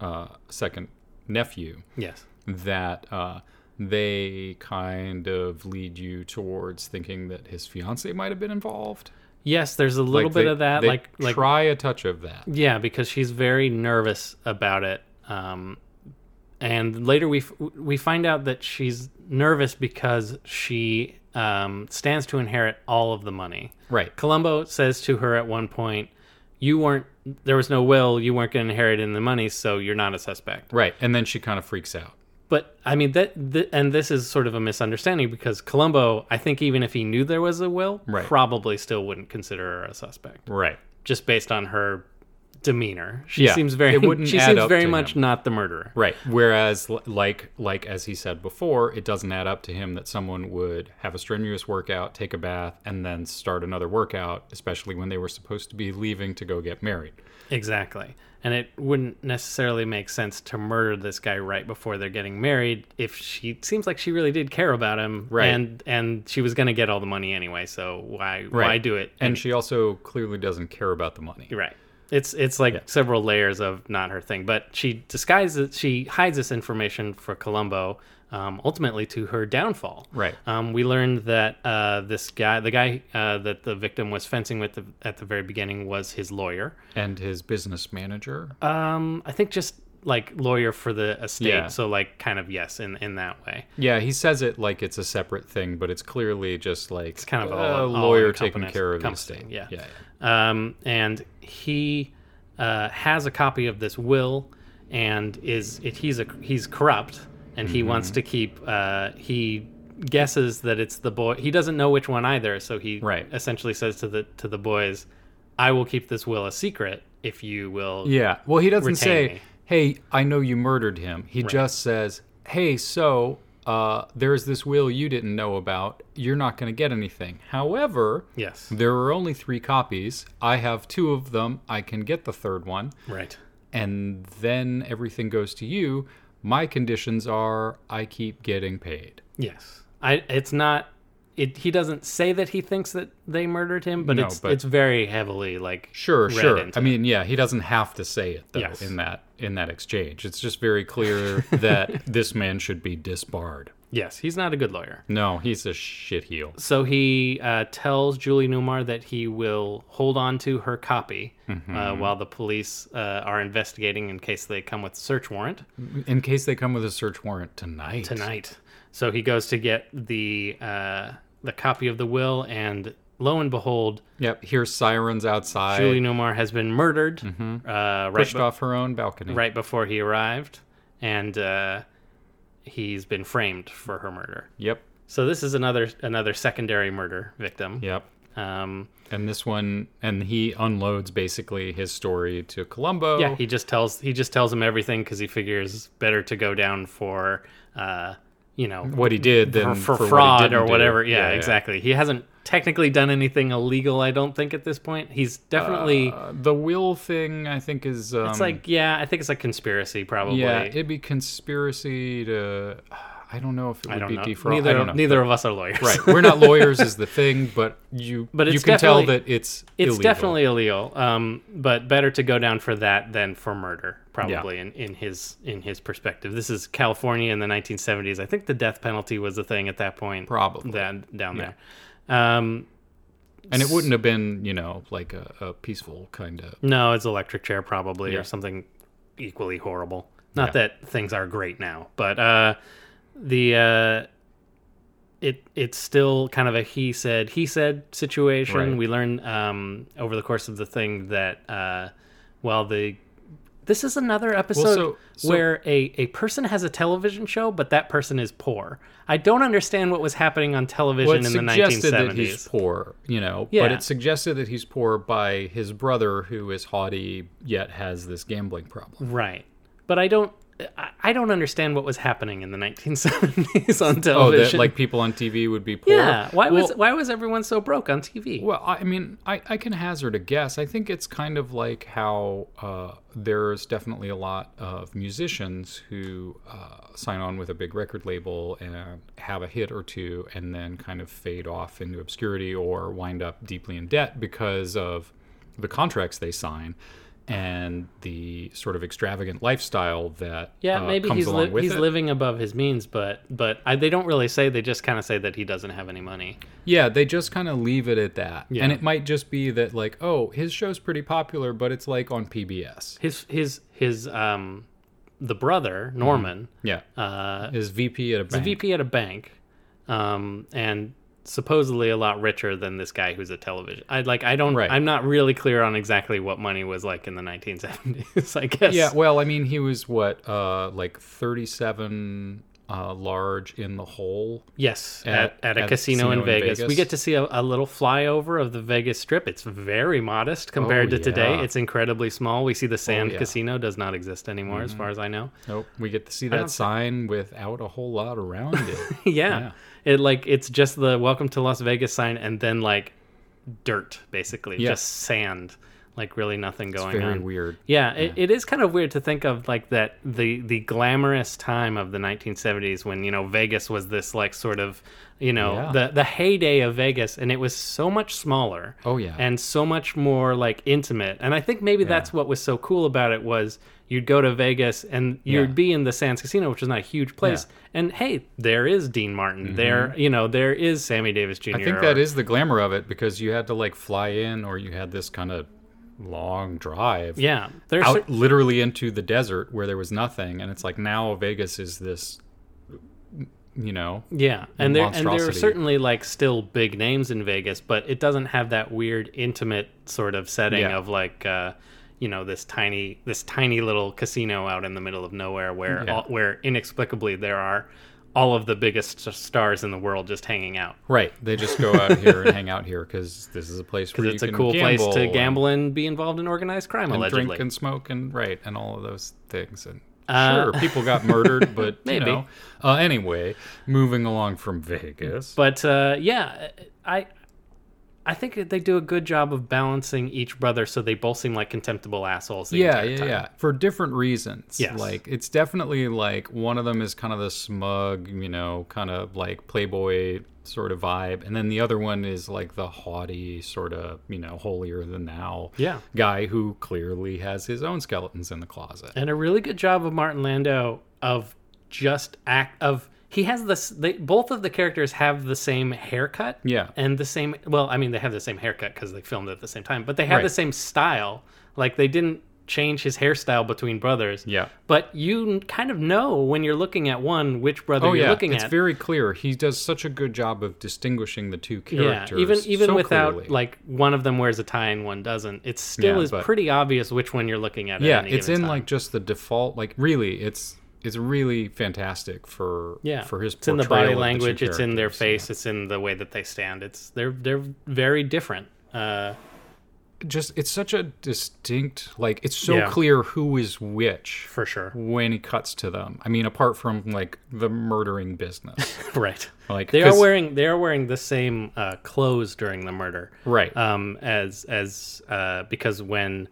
[SPEAKER 2] uh second nephew
[SPEAKER 1] Yes.
[SPEAKER 2] that uh, they kind of lead you towards thinking that his fiance might have been involved.
[SPEAKER 1] Yes, there's a little
[SPEAKER 2] Like,
[SPEAKER 1] bit
[SPEAKER 2] they-
[SPEAKER 1] of that.
[SPEAKER 2] they
[SPEAKER 1] Like like
[SPEAKER 2] try a touch of that.
[SPEAKER 1] yeah, because she's very nervous about it. Um, and later we f- we find out that she's nervous because she um, stands to inherit all of the money.
[SPEAKER 2] Right.
[SPEAKER 1] Columbo says to her at one point, "You weren't. There was no will. You weren't going to inherit in the money, so you're not a suspect."
[SPEAKER 2] Right. And then she kind of freaks out.
[SPEAKER 1] But I mean that, th- and this is sort of a misunderstanding because Columbo, I think, even if he knew there was a will,
[SPEAKER 2] Right.
[SPEAKER 1] probably still wouldn't consider her a suspect
[SPEAKER 2] Right.
[SPEAKER 1] just based on her demeanor. She
[SPEAKER 2] Yeah,
[SPEAKER 1] seems very.
[SPEAKER 2] it
[SPEAKER 1] (laughs)
[SPEAKER 2] wouldn't
[SPEAKER 1] she
[SPEAKER 2] add
[SPEAKER 1] seems
[SPEAKER 2] up
[SPEAKER 1] very
[SPEAKER 2] to
[SPEAKER 1] much not the murderer.
[SPEAKER 2] Right. Whereas, l- like, like as he said before, it doesn't add up to him that someone would have a strenuous workout, take a bath, and then start another workout, especially when they were supposed to be leaving to go get married.
[SPEAKER 1] Exactly. And it wouldn't necessarily make sense to murder this guy right before they're getting married if she it seems like she really did care about him.
[SPEAKER 2] Right.
[SPEAKER 1] And and she was gonna get all the money anyway, so why why do it?
[SPEAKER 2] And she also clearly doesn't care about the money.
[SPEAKER 1] You're right. It's it's like several layers of not her thing. But she disguises she hides this information for Columbo, um, ultimately to her downfall.
[SPEAKER 2] Right.
[SPEAKER 1] Um, we learned that uh, this guy the guy uh, that the victim was fencing with the, at the very beginning was his lawyer.
[SPEAKER 2] And his business manager.
[SPEAKER 1] Um, I think just like lawyer for the estate.
[SPEAKER 2] Yeah.
[SPEAKER 1] So like kind of yes in in that way.
[SPEAKER 2] yeah, he says it like it's a separate thing, but it's clearly just like it's
[SPEAKER 1] kind of
[SPEAKER 2] a
[SPEAKER 1] all- all
[SPEAKER 2] Uh, lawyer taking
[SPEAKER 1] encompassing-
[SPEAKER 2] care of the
[SPEAKER 1] encompassing,
[SPEAKER 2] estate.
[SPEAKER 1] yeah.
[SPEAKER 2] yeah.
[SPEAKER 1] Um, and he uh, has a copy of this will, and is it, he's a he's corrupt, and he
[SPEAKER 2] Mm-hmm.
[SPEAKER 1] wants to keep. Uh, he guesses that it's the boy. He doesn't know which one either, so he
[SPEAKER 2] Right.
[SPEAKER 1] essentially says to the to the boys, "I will keep this will a secret if you will."
[SPEAKER 2] Yeah. Well, he doesn't
[SPEAKER 1] retain
[SPEAKER 2] say,
[SPEAKER 1] me.
[SPEAKER 2] "Hey, I know you murdered him." He just says, "Hey, so uh, there's this will you didn't know about. You're not going to get anything. However,
[SPEAKER 1] Yes.
[SPEAKER 2] there are only three copies. I have two of them. I can get the third one,
[SPEAKER 1] Right.
[SPEAKER 2] and then everything goes to you. My conditions are I keep getting paid.
[SPEAKER 1] Yes. I. It's not. It, he doesn't say that he thinks that they murdered him, but
[SPEAKER 2] No,
[SPEAKER 1] it's
[SPEAKER 2] but-
[SPEAKER 1] it's very heavily like
[SPEAKER 2] Sure,
[SPEAKER 1] read
[SPEAKER 2] sure.
[SPEAKER 1] into
[SPEAKER 2] I mean, yeah, he doesn't have to say it though
[SPEAKER 1] Yes.
[SPEAKER 2] in that in that exchange. It's just
[SPEAKER 1] (laughs)
[SPEAKER 2] very clear that this man should be disbarred.
[SPEAKER 1] Yes, he's not a good lawyer.
[SPEAKER 2] No, he's a shitheel.
[SPEAKER 1] So he uh, tells Julie Newmar that he will hold on to her copy uh,
[SPEAKER 2] Mm-hmm.
[SPEAKER 1] while the police uh, are investigating in case they come with search warrant
[SPEAKER 2] In case they come with a search warrant tonight.
[SPEAKER 1] tonight. So he goes to get the uh, the copy of the will, and lo and behold,
[SPEAKER 2] Yep. Hear sirens outside.
[SPEAKER 1] Julie Newmar has been murdered
[SPEAKER 2] Mm-hmm.
[SPEAKER 1] uh, right,
[SPEAKER 2] pushed
[SPEAKER 1] be-
[SPEAKER 2] off her own balcony.
[SPEAKER 1] right before he arrived, and uh, he's been framed for her murder.
[SPEAKER 2] Yep.
[SPEAKER 1] So this is another another secondary murder victim.
[SPEAKER 2] Yep.
[SPEAKER 1] Um,
[SPEAKER 2] And this one, and he unloads basically his story to Columbo.
[SPEAKER 1] Yeah, he just tells he just tells him everything because he figures better to go down for, uh, you know,
[SPEAKER 2] what he did
[SPEAKER 1] for,
[SPEAKER 2] then
[SPEAKER 1] for
[SPEAKER 2] Mm-hmm. what he
[SPEAKER 1] fraud
[SPEAKER 2] didn't
[SPEAKER 1] or
[SPEAKER 2] do.
[SPEAKER 1] whatever. Yeah, exactly. He hasn't technically done anything illegal, I don't think, at this point. He's definitely.
[SPEAKER 2] Uh, the will thing, I think, is um,
[SPEAKER 1] it's like yeah, I think it's like conspiracy probably.
[SPEAKER 2] yeah, it'd be conspiracy to. (sighs) I don't know if it would
[SPEAKER 1] I don't
[SPEAKER 2] be
[SPEAKER 1] know.
[SPEAKER 2] defraud.
[SPEAKER 1] Neither
[SPEAKER 2] I don't know.
[SPEAKER 1] neither of us are lawyers.
[SPEAKER 2] Right,
[SPEAKER 1] (laughs)
[SPEAKER 2] we're not lawyers is the thing, but you
[SPEAKER 1] But
[SPEAKER 2] you
[SPEAKER 1] it's
[SPEAKER 2] can tell
[SPEAKER 1] definitely-
[SPEAKER 2] that it's
[SPEAKER 1] It's
[SPEAKER 2] illegal.
[SPEAKER 1] definitely illegal, um, but better to go down for that than for murder, probably in, in his in his perspective. This is California in the 1970s. I think the death penalty was a thing at that point.
[SPEAKER 2] Probably.
[SPEAKER 1] down, down there. Um,
[SPEAKER 2] and it wouldn't have been you know like a, a peaceful kind of
[SPEAKER 1] no, it's electric chair probably
[SPEAKER 2] Yeah.
[SPEAKER 1] or something equally horrible. Not
[SPEAKER 2] Yeah.
[SPEAKER 1] that things are great now, but uh, the uh, it it's still kind of a he said he said situation.
[SPEAKER 2] Right.
[SPEAKER 1] We learn um, over the course of the thing that uh, while the this is another episode
[SPEAKER 2] so- so-
[SPEAKER 1] where a, a person has a television show, but that person is poor. I don't understand what was happening on television
[SPEAKER 2] Well,
[SPEAKER 1] in
[SPEAKER 2] it's
[SPEAKER 1] the
[SPEAKER 2] suggested
[SPEAKER 1] 1970s.
[SPEAKER 2] that he's poor, you know,
[SPEAKER 1] Yeah.
[SPEAKER 2] but it's suggested that he's poor by his brother, who is haughty yet has this gambling problem.
[SPEAKER 1] Right. But I don't I- I don't understand what was happening in the 1970s (laughs) on
[SPEAKER 2] Oh, that
[SPEAKER 1] television.
[SPEAKER 2] like people on TV would be poor.
[SPEAKER 1] yeah, why
[SPEAKER 2] well,
[SPEAKER 1] was why was everyone so broke on TV?
[SPEAKER 2] Well, I mean, I, I can hazard a guess. I think it's kind of like how uh, there's definitely a lot of musicians who uh, sign on with a big record label and have a hit or two and then kind of fade off into obscurity or wind up deeply in debt because of the contracts they sign and the sort of extravagant lifestyle that
[SPEAKER 1] Yeah,
[SPEAKER 2] uh,
[SPEAKER 1] maybe
[SPEAKER 2] comes
[SPEAKER 1] he's
[SPEAKER 2] along
[SPEAKER 1] li-
[SPEAKER 2] with
[SPEAKER 1] he's
[SPEAKER 2] it.
[SPEAKER 1] living above his means, but but I, they don't really say. They just kind of say that he doesn't have any money.
[SPEAKER 2] Yeah, they just kind of leave it at that.
[SPEAKER 1] Yeah.
[SPEAKER 2] And it might just be that like, oh, his show's pretty popular, but it's like on PBS.
[SPEAKER 1] His his his um, the brother
[SPEAKER 2] Mm-hmm.
[SPEAKER 1] Norman,
[SPEAKER 2] Yeah.
[SPEAKER 1] uh,
[SPEAKER 2] His VP at a
[SPEAKER 1] is a
[SPEAKER 2] bank.
[SPEAKER 1] VP at a bank, um, and supposedly a lot richer than this guy who's a television. I like I don't.
[SPEAKER 2] Right.
[SPEAKER 1] I'm not really clear on exactly what money was like in the 1970s. (laughs) I guess.
[SPEAKER 2] Yeah, well, I mean, he was what uh like 37 uh large in the hole.
[SPEAKER 1] Yes, at,
[SPEAKER 2] At-
[SPEAKER 1] at, a
[SPEAKER 2] at a
[SPEAKER 1] casino,
[SPEAKER 2] casino
[SPEAKER 1] in
[SPEAKER 2] in
[SPEAKER 1] Vegas. We
[SPEAKER 2] Vegas.
[SPEAKER 1] get to see a, a little flyover of the Vegas Strip. It's very modest compared to today.
[SPEAKER 2] Oh, yeah. Oh,
[SPEAKER 1] It's incredibly small. We see the Sand
[SPEAKER 2] yeah. Mm-hmm.
[SPEAKER 1] Casino does not exist anymore, as far as I know. (laughs)
[SPEAKER 2] Nope, we get to see
[SPEAKER 1] don't
[SPEAKER 2] that
[SPEAKER 1] thi-
[SPEAKER 2] sign without a whole lot
[SPEAKER 1] (laughs)
[SPEAKER 2] around it.
[SPEAKER 1] yeah. it like it's just the "Welcome to Las Vegas" sign, and then like dirt, basically,
[SPEAKER 2] Yeah.
[SPEAKER 1] just sand, like really nothing going
[SPEAKER 2] Very
[SPEAKER 1] on.
[SPEAKER 2] weird.
[SPEAKER 1] Yeah, It, it is kind of weird to think of like that the the glamorous time of the 1970s when you know Vegas was this like sort of you know
[SPEAKER 2] Yeah.
[SPEAKER 1] the the heyday of Vegas and it was so much smaller.
[SPEAKER 2] Oh, yeah.
[SPEAKER 1] and so much more like intimate. And I think maybe that's what was so cool about it was you'd go to Vegas and you'd
[SPEAKER 2] Yeah.
[SPEAKER 1] be in the Sands Casino, which is not a huge place. And hey, there is Dean Martin. There, you know, there is Sammy Davis Jr.
[SPEAKER 2] Mm-hmm. I think that is the glamour of it because you had to like fly in or you had this kind of long drive
[SPEAKER 1] yeah. There's
[SPEAKER 2] out literally into the desert where there was nothing and it's like now Vegas is this you know.
[SPEAKER 1] Yeah, and there and there are
[SPEAKER 2] monstrosity.
[SPEAKER 1] certainly like still big names in Vegas, but it doesn't have that weird intimate sort of setting
[SPEAKER 2] Yeah.
[SPEAKER 1] of like uh, you know this tiny this tiny little casino out in the middle of nowhere where
[SPEAKER 2] Yeah.
[SPEAKER 1] all, where inexplicably there are all of the biggest s- stars in the world just hanging out.
[SPEAKER 2] Right. They just go (laughs) out here and hang out here cuz this is a place where you
[SPEAKER 1] It's a
[SPEAKER 2] can
[SPEAKER 1] cool place to
[SPEAKER 2] and-
[SPEAKER 1] gamble and be involved in organized crime
[SPEAKER 2] and
[SPEAKER 1] allegedly.
[SPEAKER 2] drink and smoke and right and all of those things and
[SPEAKER 1] Uh,
[SPEAKER 2] sure people
[SPEAKER 1] (laughs)
[SPEAKER 2] got murdered but
[SPEAKER 1] Maybe.
[SPEAKER 2] you know uh, anyway moving along from vegas
[SPEAKER 1] But uh, yeah, I I think they do a good job of balancing each brother so they both seem like contemptible assholes. The
[SPEAKER 2] yeah
[SPEAKER 1] entire
[SPEAKER 2] yeah
[SPEAKER 1] time.
[SPEAKER 2] yeah for different reasons
[SPEAKER 1] Yes.
[SPEAKER 2] like it's definitely like one of them is kind of the smug you know kind of like playboy sort of vibe and then the other one is like the haughty sort of you know holier than thou
[SPEAKER 1] Yeah.
[SPEAKER 2] guy who clearly has his own skeletons in the closet
[SPEAKER 1] and a really good job of Martin Landau of just act of he has this they both of the characters have the same haircut
[SPEAKER 2] Yeah.
[SPEAKER 1] and the same well i mean they have the same haircut because they filmed it at the same time but they have
[SPEAKER 2] Right.
[SPEAKER 1] the same style like they didn't change his hairstyle between brothers
[SPEAKER 2] Yeah.
[SPEAKER 1] but you n- kind of know when you're looking at one which brother you're looking
[SPEAKER 2] Oh, it's
[SPEAKER 1] at
[SPEAKER 2] very clear. He does such a good job of distinguishing the two
[SPEAKER 1] yeah
[SPEAKER 2] characters.
[SPEAKER 1] even even
[SPEAKER 2] so
[SPEAKER 1] without
[SPEAKER 2] clearly.
[SPEAKER 1] like one of them wears a tie and one doesn't it still
[SPEAKER 2] Yeah,
[SPEAKER 1] is
[SPEAKER 2] but-
[SPEAKER 1] pretty obvious which one you're looking at at
[SPEAKER 2] yeah,
[SPEAKER 1] any
[SPEAKER 2] it's in
[SPEAKER 1] given time.
[SPEAKER 2] like just the default. Like really, it's it's really fantastic for
[SPEAKER 1] yeah
[SPEAKER 2] for his.
[SPEAKER 1] it's in the
[SPEAKER 2] portrayal
[SPEAKER 1] body
[SPEAKER 2] of two
[SPEAKER 1] language it's in their
[SPEAKER 2] characters.
[SPEAKER 1] face it's in the way that they stand it's they're they're very different uh
[SPEAKER 2] Just it's such a distinct. Like it's so
[SPEAKER 1] Yeah.
[SPEAKER 2] clear who is which
[SPEAKER 1] for sure
[SPEAKER 2] when he cuts to them. I mean, apart from like the murdering business,
[SPEAKER 1] (laughs) (laughs) right
[SPEAKER 2] like
[SPEAKER 1] they are
[SPEAKER 2] 'cause-
[SPEAKER 1] wearing they are wearing the same uh clothes during the murder
[SPEAKER 2] right.
[SPEAKER 1] um as as uh because when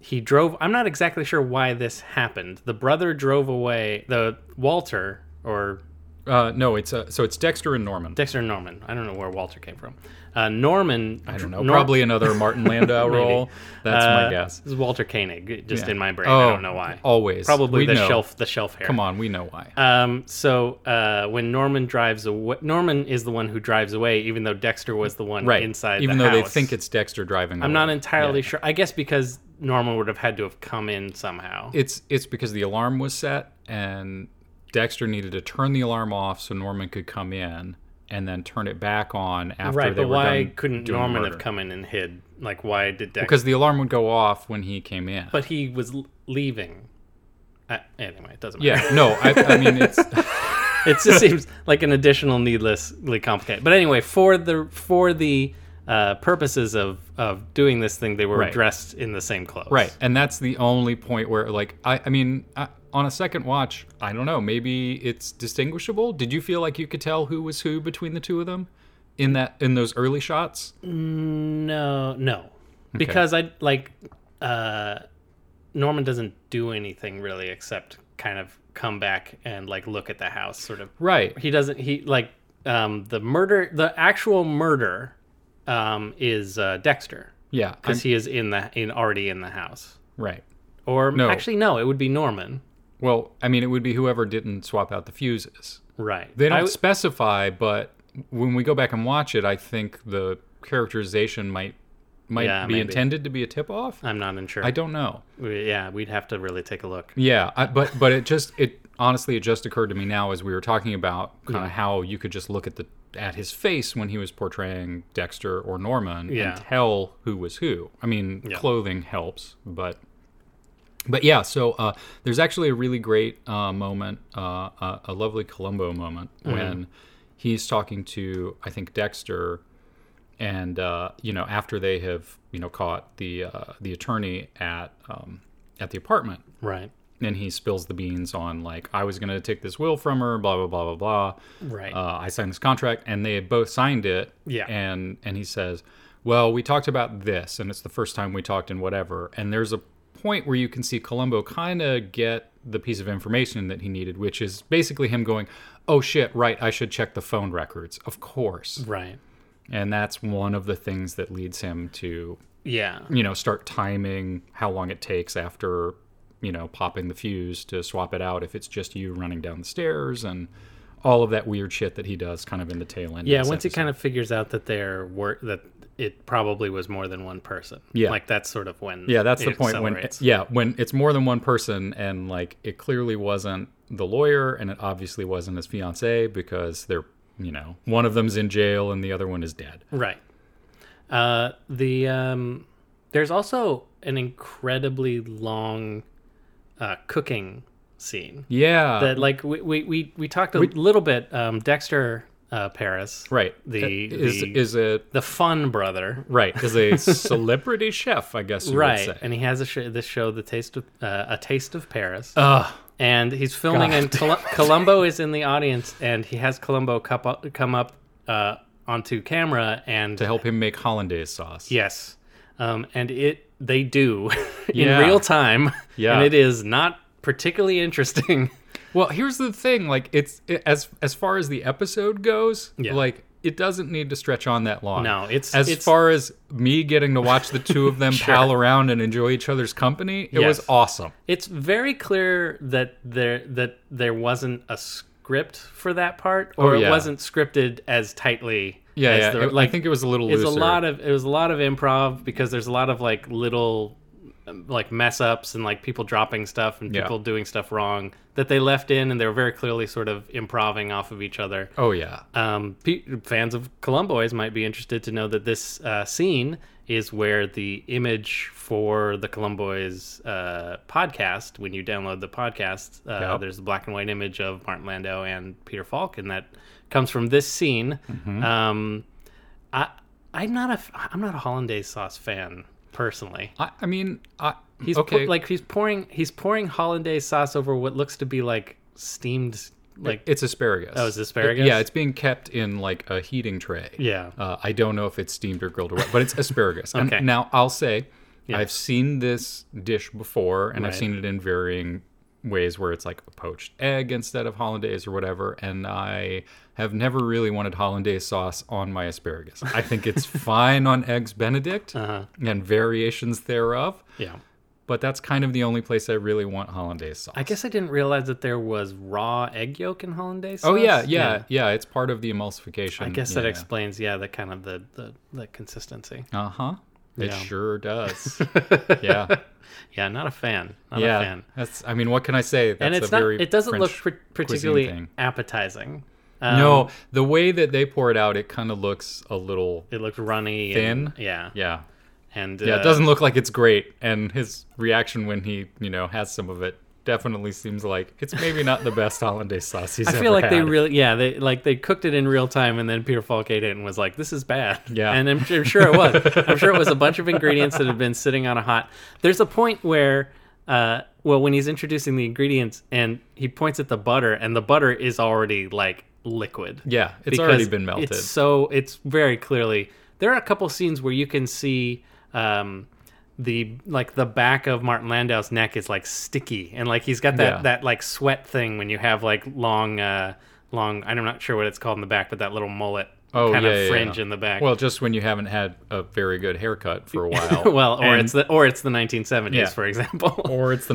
[SPEAKER 1] he drove i'm not exactly sure why this happened the brother drove away the walter or
[SPEAKER 2] Uh, no, it's uh, so it's Dexter and Norman.
[SPEAKER 1] dexter norman i don't know where walter came from uh norman
[SPEAKER 2] I don't know. probably another
[SPEAKER 1] (laughs)
[SPEAKER 2] Martin Landau role. That's
[SPEAKER 1] Uh,
[SPEAKER 2] my guess.
[SPEAKER 1] This is Walter Koenig, just
[SPEAKER 2] Yeah.
[SPEAKER 1] in my brain. I
[SPEAKER 2] Oh,
[SPEAKER 1] don't know why.
[SPEAKER 2] always.
[SPEAKER 1] probably
[SPEAKER 2] We
[SPEAKER 1] the
[SPEAKER 2] know.
[SPEAKER 1] shelf, the shelf hair.
[SPEAKER 2] Come on, we know why.
[SPEAKER 1] Um, so uh, when Norman drives away, Norman is the one who drives away, even though Dexter was the one
[SPEAKER 2] right.
[SPEAKER 1] inside.
[SPEAKER 2] Even
[SPEAKER 1] the
[SPEAKER 2] though they
[SPEAKER 1] house.
[SPEAKER 2] think it's Dexter driving.
[SPEAKER 1] I'm not entirely sure. I guess because Norman would have had to have come in somehow.
[SPEAKER 2] It's it's because the alarm was set and Dexter needed to turn the alarm off so Norman could come in and then turn it back on after
[SPEAKER 1] right,
[SPEAKER 2] they
[SPEAKER 1] but
[SPEAKER 2] were
[SPEAKER 1] why
[SPEAKER 2] done
[SPEAKER 1] couldn't
[SPEAKER 2] doing the
[SPEAKER 1] Norman
[SPEAKER 2] murder.
[SPEAKER 1] have come in and hid? Like, why did Dexter?
[SPEAKER 2] Because the alarm would go off when he came in.
[SPEAKER 1] but he was l- leaving. Uh, anyway, it doesn't matter.
[SPEAKER 2] yeah, no, I, I mean
[SPEAKER 1] (laughs)
[SPEAKER 2] it's
[SPEAKER 1] it just seems like an additional needlessly complicated. But anyway, for the for the uh, purposes of of doing this thing, they were
[SPEAKER 2] Right.
[SPEAKER 1] dressed in the same clothes.
[SPEAKER 2] right, and that's the only point where like I I mean I, on a second watch I don't know maybe it's distinguishable. Did you feel like you could tell who was who between the two of them in that in those early shots?
[SPEAKER 1] No, no, because I like uh, Norman doesn't do anything really except kind of come back and like look at the house, sort of
[SPEAKER 2] Right.
[SPEAKER 1] he doesn't he like um the murder the actual murder um is uh dexter
[SPEAKER 2] Yeah. I'm-
[SPEAKER 1] because he is in the in already in the house
[SPEAKER 2] Right.
[SPEAKER 1] Or
[SPEAKER 2] No.
[SPEAKER 1] actually, no, it would be Norman.
[SPEAKER 2] Well, I mean, it would be whoever didn't swap out the fuses.
[SPEAKER 1] Right.
[SPEAKER 2] They don't
[SPEAKER 1] I w-
[SPEAKER 2] specify, but when we go back and watch it, I think the characterization might might
[SPEAKER 1] Yeah,
[SPEAKER 2] be
[SPEAKER 1] maybe.
[SPEAKER 2] intended to be a tip off.
[SPEAKER 1] I'm not unsure.
[SPEAKER 2] I don't know.
[SPEAKER 1] We- yeah, we'd have to really take a look.
[SPEAKER 2] Yeah, I, but but it just it honestly it just occurred to me now as we were talking about kind of how you could just look at the at his face when he was portraying Dexter or Norman
[SPEAKER 1] Yeah.
[SPEAKER 2] and tell who was who. I mean,
[SPEAKER 1] Yeah.
[SPEAKER 2] clothing helps, but but yeah. So uh, there's actually a really great uh, moment, uh, a, a lovely Columbo moment
[SPEAKER 1] Mm-hmm.
[SPEAKER 2] when he's talking to I think Dexter and uh, you know after they have you know caught the uh, the attorney at um, at the apartment
[SPEAKER 1] Right.
[SPEAKER 2] and he spills the beans on like I was gonna take this will from her, blah blah blah blah blah.
[SPEAKER 1] Right.
[SPEAKER 2] Uh, I signed this contract, and they had both signed it.
[SPEAKER 1] Yeah.
[SPEAKER 2] And and he says, well, we talked about this, and it's the first time we talked in whatever. And there's a point where you can see Columbo kind of get the piece of information that he needed, which is basically him going, oh shit, right, I should check the phone records, of course.
[SPEAKER 1] right.
[SPEAKER 2] And that's one of the things that leads him to
[SPEAKER 1] Yeah.
[SPEAKER 2] you know start timing how long it takes after you know popping the fuse to swap it out if it's just you running down the stairs and all of that weird shit that he does kind of in the tail end
[SPEAKER 1] Yeah. Once he kind of figures out that there were that it probably was more than one person.
[SPEAKER 2] Yeah.
[SPEAKER 1] Like that's sort of when.
[SPEAKER 2] yeah that's the
[SPEAKER 1] it
[SPEAKER 2] point when
[SPEAKER 1] accelerates.
[SPEAKER 2] yeah when it's more than one person and like it clearly wasn't the lawyer and it obviously wasn't his fiance because they're you know one of them's in jail and the other one is dead
[SPEAKER 1] Right. Uh, the um, there's also an incredibly long uh, cooking scene
[SPEAKER 2] yeah
[SPEAKER 1] that like we we we, we talked a little bit um, Dexter uh, Paris
[SPEAKER 2] right
[SPEAKER 1] the-
[SPEAKER 2] is
[SPEAKER 1] the-
[SPEAKER 2] is a
[SPEAKER 1] the fun brother
[SPEAKER 2] right is
[SPEAKER 1] (laughs)
[SPEAKER 2] a celebrity chef i guess you
[SPEAKER 1] right
[SPEAKER 2] would say
[SPEAKER 1] and he has a sh- this show the taste of uh, a taste of Paris
[SPEAKER 2] Ugh.
[SPEAKER 1] and he's filming and Col-
[SPEAKER 2] (laughs)
[SPEAKER 1] Columbo is in the audience and he has Columbo come up, come up uh, onto camera and
[SPEAKER 2] to help him make hollandaise sauce.
[SPEAKER 1] Yes. Um, and it they do (laughs)
[SPEAKER 2] Yeah.
[SPEAKER 1] in real time.
[SPEAKER 2] Yeah.
[SPEAKER 1] And it is not particularly interesting. (laughs)
[SPEAKER 2] Well, here's the thing: like it's it, as as far as the episode goes,
[SPEAKER 1] Yeah.
[SPEAKER 2] like it doesn't need to stretch on that long.
[SPEAKER 1] No, it's-
[SPEAKER 2] as
[SPEAKER 1] it's-
[SPEAKER 2] far as me getting to watch the two of them
[SPEAKER 1] (laughs)
[SPEAKER 2] pal around and enjoy each other's company. It
[SPEAKER 1] Yes.
[SPEAKER 2] was awesome.
[SPEAKER 1] It's very clear that there that there wasn't a script for that part, or
[SPEAKER 2] Oh, yeah.
[SPEAKER 1] it wasn't scripted as tightly.
[SPEAKER 2] Yeah,
[SPEAKER 1] as
[SPEAKER 2] yeah.
[SPEAKER 1] the-
[SPEAKER 2] it-
[SPEAKER 1] like
[SPEAKER 2] I think it was a little
[SPEAKER 1] it's
[SPEAKER 2] looser.
[SPEAKER 1] a lot of it was a lot of improv because there's a lot of like little um, like mess ups and like people dropping stuff and
[SPEAKER 2] Yeah.
[SPEAKER 1] people doing stuff wrong that they left in, and they were very clearly sort of improving off of each other.
[SPEAKER 2] oh yeah,
[SPEAKER 1] um, pe- fans of Columboys might be interested to know that this uh, scene is where the image for the Columboys uh, podcast, when you download the podcast, uh,
[SPEAKER 2] Yep.
[SPEAKER 1] there's a black and white image of Martin Landau and Peter Falk, and that comes from this scene.
[SPEAKER 2] Mm-hmm.
[SPEAKER 1] Um, I, I'm not a f- I'm not a hollandaise sauce fan personally.
[SPEAKER 2] I, I mean, I,
[SPEAKER 1] He's
[SPEAKER 2] okay.
[SPEAKER 1] pour- like he's pouring he's pouring hollandaise sauce over what looks to be like steamed like
[SPEAKER 2] it's asparagus.
[SPEAKER 1] Oh, it's asparagus?
[SPEAKER 2] yeah, it's being kept in like a heating tray.
[SPEAKER 1] yeah
[SPEAKER 2] Uh, I don't know if it's steamed or grilled or what, but it's asparagus. And
[SPEAKER 1] Okay.
[SPEAKER 2] now I'll say,
[SPEAKER 1] Yeah.
[SPEAKER 2] I've seen this dish before, and I've
[SPEAKER 1] Right.
[SPEAKER 2] seen it in varying ways where it's like a poached egg instead of hollandaise or whatever. And I have never really wanted hollandaise sauce on my asparagus. I think
[SPEAKER 1] (laughs)
[SPEAKER 2] it's fine on eggs Benedict
[SPEAKER 1] Uh-huh.
[SPEAKER 2] and variations thereof,
[SPEAKER 1] yeah.
[SPEAKER 2] but that's kind of the only place I really want hollandaise sauce.
[SPEAKER 1] I guess I didn't realize that there was raw egg yolk in hollandaise.
[SPEAKER 2] Oh
[SPEAKER 1] sauce.
[SPEAKER 2] yeah, yeah, yeah, It's part of the emulsification.
[SPEAKER 1] I guess that explains, yeah, the kind of the the, the consistency.
[SPEAKER 2] Uh huh. It
[SPEAKER 1] Yeah. (laughs)
[SPEAKER 2] sure does. yeah.
[SPEAKER 1] Yeah, not a fan. Not a fan.
[SPEAKER 2] That's. I mean, what can I say? That's
[SPEAKER 1] and it's
[SPEAKER 2] a
[SPEAKER 1] not.
[SPEAKER 2] very
[SPEAKER 1] It doesn't look
[SPEAKER 2] French
[SPEAKER 1] pr-
[SPEAKER 2] cuisine
[SPEAKER 1] particularly
[SPEAKER 2] thing.
[SPEAKER 1] appetizing. Um,
[SPEAKER 2] no, the way that they pour it out, it kind of looks a little.
[SPEAKER 1] it looked runny.
[SPEAKER 2] Thin?
[SPEAKER 1] And, yeah.
[SPEAKER 2] Yeah,
[SPEAKER 1] And
[SPEAKER 2] yeah.
[SPEAKER 1] uh,
[SPEAKER 2] It doesn't look like it's great, and his reaction when he, you know, has some of it definitely seems like it's maybe not the
[SPEAKER 1] (laughs)
[SPEAKER 2] best hollandaise sauce he's
[SPEAKER 1] I
[SPEAKER 2] ever
[SPEAKER 1] feel like they
[SPEAKER 2] had.
[SPEAKER 1] really, yeah, they like they cooked it in real time, and then Peter Falk ate it and was like, "This is bad."
[SPEAKER 2] Yeah.
[SPEAKER 1] and I'm, I'm sure it was. I'm sure it was a bunch of ingredients that had been sitting on a hot. There's a point where, uh, well, when he's introducing the ingredients, and he points at the butter, and the butter is already like liquid.
[SPEAKER 2] Yeah, it's already
[SPEAKER 1] because
[SPEAKER 2] been melted.
[SPEAKER 1] It's so it's very clearly there are a couple scenes where you can see um, the like the back of Martin Landau's neck is like sticky and like he's got that
[SPEAKER 2] Yeah.
[SPEAKER 1] that like sweat thing when you have like long uh, long I'm not sure what it's called in the back but that little mullet
[SPEAKER 2] Oh,
[SPEAKER 1] kind
[SPEAKER 2] yeah,
[SPEAKER 1] of
[SPEAKER 2] yeah,
[SPEAKER 1] fringe
[SPEAKER 2] yeah.
[SPEAKER 1] in the back.
[SPEAKER 2] Well, just when you haven't had a very good haircut for a while.
[SPEAKER 1] (laughs) well, or
[SPEAKER 2] And-
[SPEAKER 1] it's the or it's the 1970s,
[SPEAKER 2] Yeah.
[SPEAKER 1] for example.
[SPEAKER 2] or it's the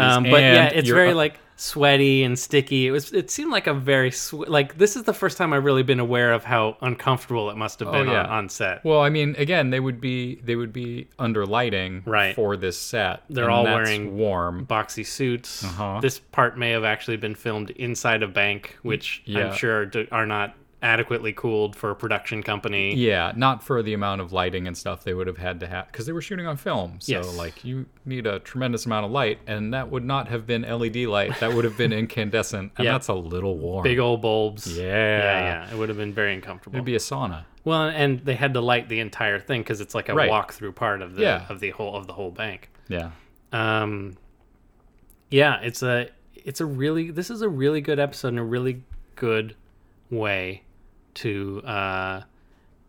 [SPEAKER 1] (laughs) Um, but yeah,
[SPEAKER 2] and
[SPEAKER 1] it's
[SPEAKER 2] you're
[SPEAKER 1] very
[SPEAKER 2] up-
[SPEAKER 1] like sweaty and sticky. It was. It seemed like a very sw- like this is the first time I've really been aware of how uncomfortable it must have been
[SPEAKER 2] Oh, yeah.
[SPEAKER 1] on, on set.
[SPEAKER 2] Well, I mean, again, they would be they would be under lighting
[SPEAKER 1] Right.
[SPEAKER 2] for this set.
[SPEAKER 1] They're
[SPEAKER 2] and
[SPEAKER 1] all
[SPEAKER 2] that's
[SPEAKER 1] wearing-
[SPEAKER 2] warm.
[SPEAKER 1] boxy suits.
[SPEAKER 2] Uh-huh.
[SPEAKER 1] This part may have actually been filmed inside a bank, which
[SPEAKER 2] Yeah.
[SPEAKER 1] I'm sure d- are not adequately cooled for a production company.
[SPEAKER 2] Yeah, not for the amount of lighting and stuff they would have had to have because they were shooting on film. So
[SPEAKER 1] Yes.
[SPEAKER 2] like you need a tremendous amount of light, and that would not have been LED light. That would
[SPEAKER 1] (laughs)
[SPEAKER 2] have been incandescent, and
[SPEAKER 1] Yeah.
[SPEAKER 2] that's a little warm.
[SPEAKER 1] Big old bulbs.
[SPEAKER 2] yeah,
[SPEAKER 1] Yeah, yeah. It would have been very uncomfortable.
[SPEAKER 2] It'd be a sauna.
[SPEAKER 1] well, and they had to light the entire thing because it's like a
[SPEAKER 2] Right.
[SPEAKER 1] walk through part of the
[SPEAKER 2] Yeah.
[SPEAKER 1] of the whole of the whole bank.
[SPEAKER 2] Yeah.
[SPEAKER 1] Um, yeah, it's a it's a really this is a really good episode and a really good way to uh,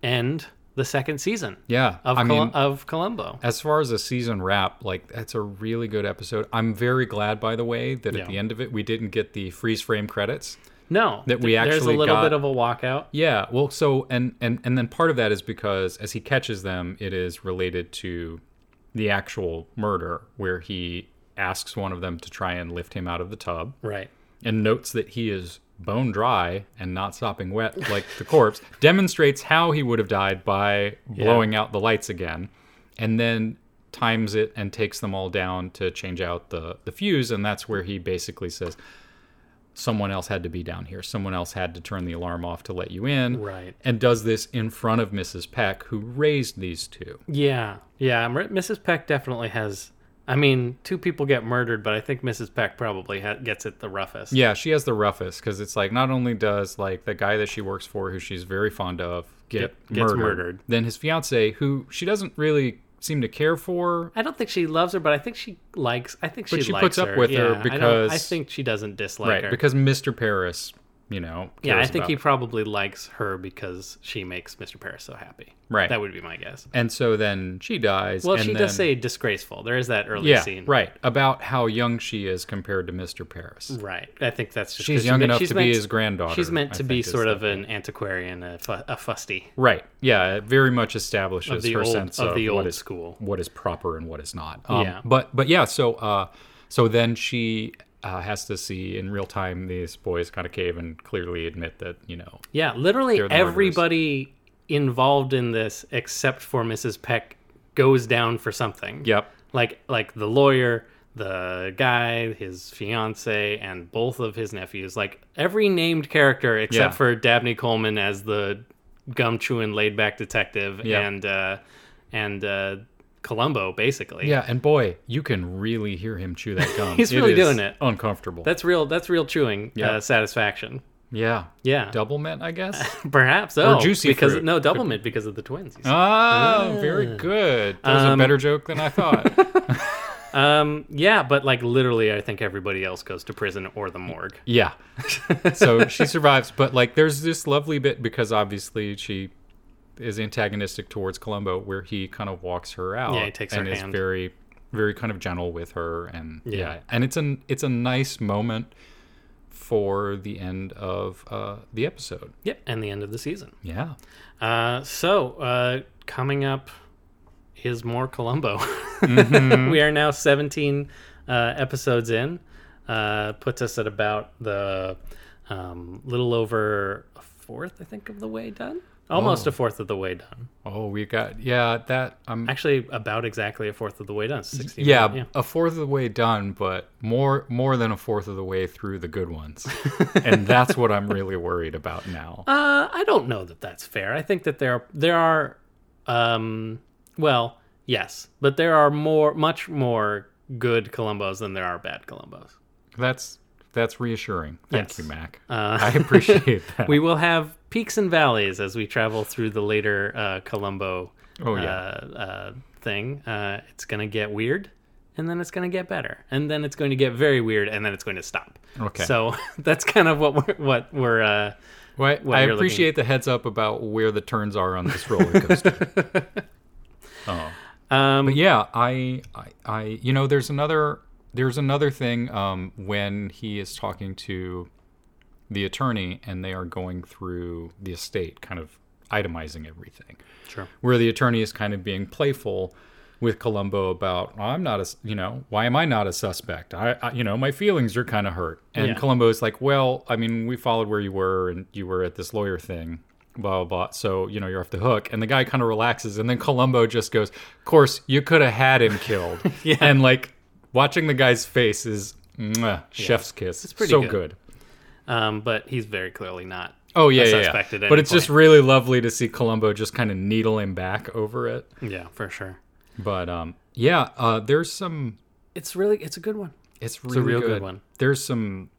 [SPEAKER 1] end the second season
[SPEAKER 2] Yeah.
[SPEAKER 1] of
[SPEAKER 2] I
[SPEAKER 1] Col-
[SPEAKER 2] mean,
[SPEAKER 1] of Columbo.
[SPEAKER 2] as far as a season wrap, like that's a really good episode. I'm very glad, by the way, that
[SPEAKER 1] Yeah.
[SPEAKER 2] at the end of it we didn't get the freeze frame credits.
[SPEAKER 1] No,
[SPEAKER 2] that we
[SPEAKER 1] th- there's a
[SPEAKER 2] actually
[SPEAKER 1] little
[SPEAKER 2] got-
[SPEAKER 1] bit of a walkout.
[SPEAKER 2] Yeah, well, so and and and then part of that is because as he catches them, it is related to the actual murder where he asks one of them to try and lift him out of the tub
[SPEAKER 1] Right.
[SPEAKER 2] and notes that he is bone dry and not sopping wet like the corpse (laughs) demonstrates how he would have died by blowing out the lights again and then times it and takes them all down to change out the the fuse and that's where he basically says someone else had to be down here someone else had to turn the alarm off to let you in
[SPEAKER 1] Right.
[SPEAKER 2] and does this in front of Mrs. Peck who raised these two
[SPEAKER 1] Yeah. Yeah. M- Mrs. Peck definitely has. I mean, two people get murdered, but I think Mrs. Peck probably ha- gets it the roughest.
[SPEAKER 2] Yeah, she has the roughest because it's like not only does like the guy that she works for, who she's very fond of, get
[SPEAKER 1] Get- gets
[SPEAKER 2] murdered,
[SPEAKER 1] murdered.
[SPEAKER 2] then his fiance, who she doesn't really seem to care for.
[SPEAKER 1] I don't think she loves her, but I think she likes. I think
[SPEAKER 2] But
[SPEAKER 1] she,
[SPEAKER 2] she
[SPEAKER 1] likes
[SPEAKER 2] puts up
[SPEAKER 1] her.
[SPEAKER 2] with
[SPEAKER 1] Yeah,
[SPEAKER 2] her
[SPEAKER 1] I don't-
[SPEAKER 2] because-
[SPEAKER 1] I, think she doesn't dislike
[SPEAKER 2] Right,
[SPEAKER 1] her.
[SPEAKER 2] because Mr. Paris, you know.
[SPEAKER 1] yeah, I
[SPEAKER 2] cares
[SPEAKER 1] think
[SPEAKER 2] about
[SPEAKER 1] he
[SPEAKER 2] her.
[SPEAKER 1] probably likes her because she makes Mr. Paris so happy.
[SPEAKER 2] Right.
[SPEAKER 1] That would be my guess.
[SPEAKER 2] And so then she dies.
[SPEAKER 1] Well,
[SPEAKER 2] and
[SPEAKER 1] she
[SPEAKER 2] then-
[SPEAKER 1] does say disgraceful. There is that early
[SPEAKER 2] yeah,
[SPEAKER 1] scene.
[SPEAKER 2] right, about how young she is compared to Mr. Paris.
[SPEAKER 1] Right. I think that's just 'cause
[SPEAKER 2] She's
[SPEAKER 1] she
[SPEAKER 2] young
[SPEAKER 1] meant-
[SPEAKER 2] enough
[SPEAKER 1] she's
[SPEAKER 2] to
[SPEAKER 1] meant-
[SPEAKER 2] be his granddaughter.
[SPEAKER 1] She's meant
[SPEAKER 2] I
[SPEAKER 1] to be
[SPEAKER 2] think is
[SPEAKER 1] sort
[SPEAKER 2] the
[SPEAKER 1] of
[SPEAKER 2] thing.
[SPEAKER 1] an antiquarian, a, fu- a fusty.
[SPEAKER 2] Right. Yeah, it very much establishes
[SPEAKER 1] Of the
[SPEAKER 2] her
[SPEAKER 1] old-
[SPEAKER 2] sense
[SPEAKER 1] of
[SPEAKER 2] of,
[SPEAKER 1] the
[SPEAKER 2] what
[SPEAKER 1] old
[SPEAKER 2] is-
[SPEAKER 1] school.
[SPEAKER 2] what is proper and what is not. Um,
[SPEAKER 1] Yeah.
[SPEAKER 2] But but yeah, so uh, so then she uh, has to see in real time these boys kind of cave and clearly admit that you know
[SPEAKER 1] Yeah, literally
[SPEAKER 2] They're the murderers.
[SPEAKER 1] everybody involved in this except for Mrs. Peck goes down for something.
[SPEAKER 2] yep
[SPEAKER 1] Like like the lawyer, the guy, his fiance, and both of his nephews. Like every named character except
[SPEAKER 2] Yeah.
[SPEAKER 1] for Dabney Coleman as the gum chewing laid back detective
[SPEAKER 2] Yeah.
[SPEAKER 1] and uh and uh Columbo basically.
[SPEAKER 2] yeah, and boy, you can really hear him chew that gum.
[SPEAKER 1] (laughs) He's really
[SPEAKER 2] is
[SPEAKER 1] doing it.
[SPEAKER 2] Uncomfortable.
[SPEAKER 1] That's real that's real chewing
[SPEAKER 2] Yeah.
[SPEAKER 1] uh, satisfaction.
[SPEAKER 2] yeah.
[SPEAKER 1] Yeah.
[SPEAKER 2] Double mint, I guess.
[SPEAKER 1] (laughs) Perhaps oh,
[SPEAKER 2] juicy
[SPEAKER 1] because
[SPEAKER 2] fruit.
[SPEAKER 1] no double mint because of the twins. you see.
[SPEAKER 2] Oh, very good. That was a better joke than
[SPEAKER 1] (laughs)
[SPEAKER 2] I thought.
[SPEAKER 1] Um, yeah, but like literally, I think everybody else goes to prison or the morgue.
[SPEAKER 2] yeah.
[SPEAKER 1] (laughs)
[SPEAKER 2] so she survives, but like there's this lovely bit because obviously she is antagonistic towards Columbo, where he kind of walks her out.
[SPEAKER 1] Yeah, he takes
[SPEAKER 2] and
[SPEAKER 1] her
[SPEAKER 2] is
[SPEAKER 1] hand.
[SPEAKER 2] very, very kind of gentle with her, and yeah,
[SPEAKER 1] Yeah.
[SPEAKER 2] and it's an it's a nice moment for the end of uh, the episode.
[SPEAKER 1] Yep, and the end of the season.
[SPEAKER 2] Yeah,
[SPEAKER 1] Uh, so uh, coming up is more Columbo.
[SPEAKER 2] Mm-hmm.
[SPEAKER 1] (laughs) we are now 17 uh, episodes in. Uh, puts us at about the um, little over a fourth, I think, of the way done. Almost a fourth of the way done.
[SPEAKER 2] oh, we got yeah that I'm
[SPEAKER 1] Actually, about exactly a fourth of the way done. 16.
[SPEAKER 2] yeah, a fourth of the way done, but more more than a fourth of the way through the
[SPEAKER 1] (laughs)
[SPEAKER 2] good ones, and that's what I'm really worried about now.
[SPEAKER 1] Uh, I don't know that that's fair. I think that there there are, um, well, yes, but there are more, much more good Columbos than there are bad Columbos.
[SPEAKER 2] That's that's reassuring. Thank
[SPEAKER 1] Yes.
[SPEAKER 2] you, Mac.
[SPEAKER 1] Uh,
[SPEAKER 2] I
[SPEAKER 1] (laughs)
[SPEAKER 2] appreciate that.
[SPEAKER 1] We will have peaks and valleys as we travel through the later uh, Columbo.
[SPEAKER 2] Oh, yeah.
[SPEAKER 1] uh, uh, thing. Uh, it's gonna get weird, and then it's gonna get better, and then it's going to get very weird, and then it's going to stop.
[SPEAKER 2] Okay.
[SPEAKER 1] uh, So (laughs) that's kind of what we're what we're. Uh,
[SPEAKER 2] Right.
[SPEAKER 1] what
[SPEAKER 2] I
[SPEAKER 1] you're looking-
[SPEAKER 2] appreciate the heads up about where the turns are on
[SPEAKER 1] (laughs)
[SPEAKER 2] this roller coaster. oh.
[SPEAKER 1] um,
[SPEAKER 2] But yeah, I, I, I, you know, there's another, there's another thing um, when he is talking to the attorney and they are going through the estate, kind of itemizing everything.
[SPEAKER 1] Sure.
[SPEAKER 2] Where the attorney is kind of being playful with Columbo about, "Oh, I'm not a, you know, why am I not a suspect? I, I you know, my feelings are kind of hurt. And
[SPEAKER 1] Yeah.
[SPEAKER 2] Columbo is like, well, I mean, we followed where you were and you were at this lawyer thing. Blah, blah, blah. So, you know, you're off the hook. And the guy kind of relaxes. And then Columbo just goes, Of course, you could have had him
[SPEAKER 1] (laughs)
[SPEAKER 2] killed. yeah. And like watching the guy's face is mwah, chef's kiss. It's
[SPEAKER 1] pretty
[SPEAKER 2] so
[SPEAKER 1] good.
[SPEAKER 2] good.
[SPEAKER 1] Um, but he's very clearly not.
[SPEAKER 2] Oh yeah,
[SPEAKER 1] a
[SPEAKER 2] yeah,
[SPEAKER 1] suspect
[SPEAKER 2] yeah.
[SPEAKER 1] at
[SPEAKER 2] But
[SPEAKER 1] any
[SPEAKER 2] it's just really lovely to see Columbo just kind of needle him back over it.
[SPEAKER 1] Yeah, for sure.
[SPEAKER 2] But um, yeah, uh, there's some.
[SPEAKER 1] It's really it's a good one.
[SPEAKER 2] It's really
[SPEAKER 1] a real good one.
[SPEAKER 2] There's some.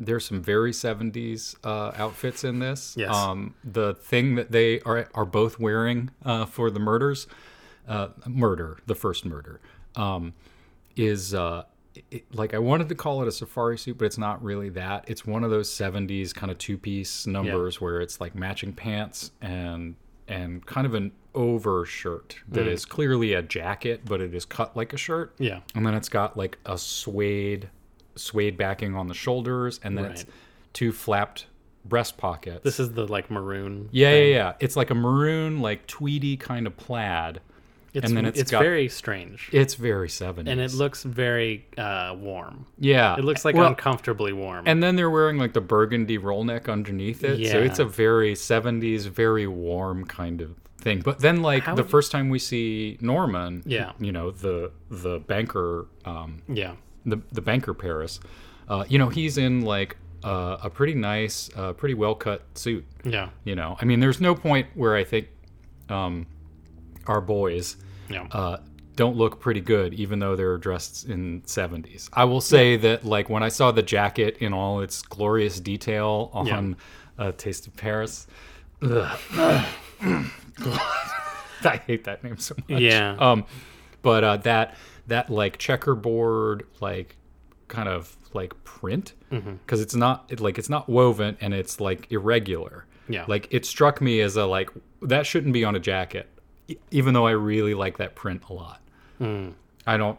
[SPEAKER 2] There's some very 70s uh, outfits in this.
[SPEAKER 1] Yes.
[SPEAKER 2] Um, the thing that they are are both wearing uh, for the murders, uh, murder, the first murder, um, is uh, it, like I wanted to call it a safari suit, but it's not really that. It's one of those '70s kind of two-piece numbers where it's like matching pants and and kind of an overshirt
[SPEAKER 1] Mm.
[SPEAKER 2] that is clearly a jacket, but it is cut like a shirt.
[SPEAKER 1] Yeah.
[SPEAKER 2] and then it's got like a suede suede backing on the shoulders, and then it's
[SPEAKER 1] Right.
[SPEAKER 2] two flapped breast pockets.
[SPEAKER 1] This is the like maroon.
[SPEAKER 2] yeah, yeah, yeah. It's like a maroon, like tweedy kind of plaid.
[SPEAKER 1] It's,
[SPEAKER 2] and then it's
[SPEAKER 1] it's
[SPEAKER 2] got-
[SPEAKER 1] very strange.
[SPEAKER 2] It's very 70s.
[SPEAKER 1] and it looks very uh, warm.
[SPEAKER 2] yeah.
[SPEAKER 1] It looks like
[SPEAKER 2] well,
[SPEAKER 1] uncomfortably warm.
[SPEAKER 2] And then they're wearing like the burgundy roll neck underneath it. So
[SPEAKER 1] Yeah.
[SPEAKER 2] it's a very 70s, very warm kind of thing. But then like the
[SPEAKER 1] would-
[SPEAKER 2] first time we see Norman,
[SPEAKER 1] Yeah.
[SPEAKER 2] you know, the the banker um
[SPEAKER 1] yeah.
[SPEAKER 2] the the banker Paris, uh, you know, he's in like uh, a pretty nice, uh, pretty well cut suit.
[SPEAKER 1] Yeah.
[SPEAKER 2] You know, I mean, there's no point where I think um, our boys
[SPEAKER 1] Yeah.
[SPEAKER 2] uh, don't look pretty good, even though they're dressed in 70s. I will say that, like, when I saw the jacket in all its glorious detail on uh, Taste of Paris, ugh, (laughs) I hate that name so much.
[SPEAKER 1] Yeah.
[SPEAKER 2] Um, but uh, that that like checkerboard like kind of like print because
[SPEAKER 1] Mm-hmm.
[SPEAKER 2] it's not it, like it's not woven and it's like irregular.
[SPEAKER 1] Yeah.
[SPEAKER 2] Like it struck me as a like that shouldn't be on a jacket, e- even though I really like that print a lot.
[SPEAKER 1] Mm.
[SPEAKER 2] I don't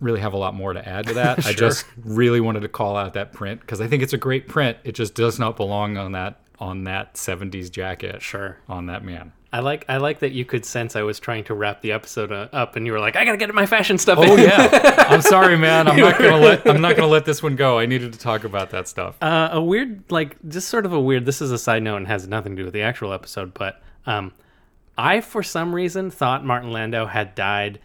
[SPEAKER 2] really have a lot more to add
[SPEAKER 1] (laughs)
[SPEAKER 2] to that. I just really wanted to call out that print because I think it's a great print. It just does not belong on that on that 70s jacket
[SPEAKER 1] sure.
[SPEAKER 2] on that man.
[SPEAKER 1] I like I like that you could sense I was trying to wrap the episode uh, up, and you were like, I gotta get my fashion stuff.
[SPEAKER 2] Oh
[SPEAKER 1] in.
[SPEAKER 2] yeah. (laughs) I'm sorry, man. I'm not gonna let I'm not gonna let this one go. I needed to talk about that stuff.
[SPEAKER 1] Uh, a weird, like, just sort of a weird. This is a side note and has nothing to do with the actual episode, but um, I for some reason thought Martin Landau had died,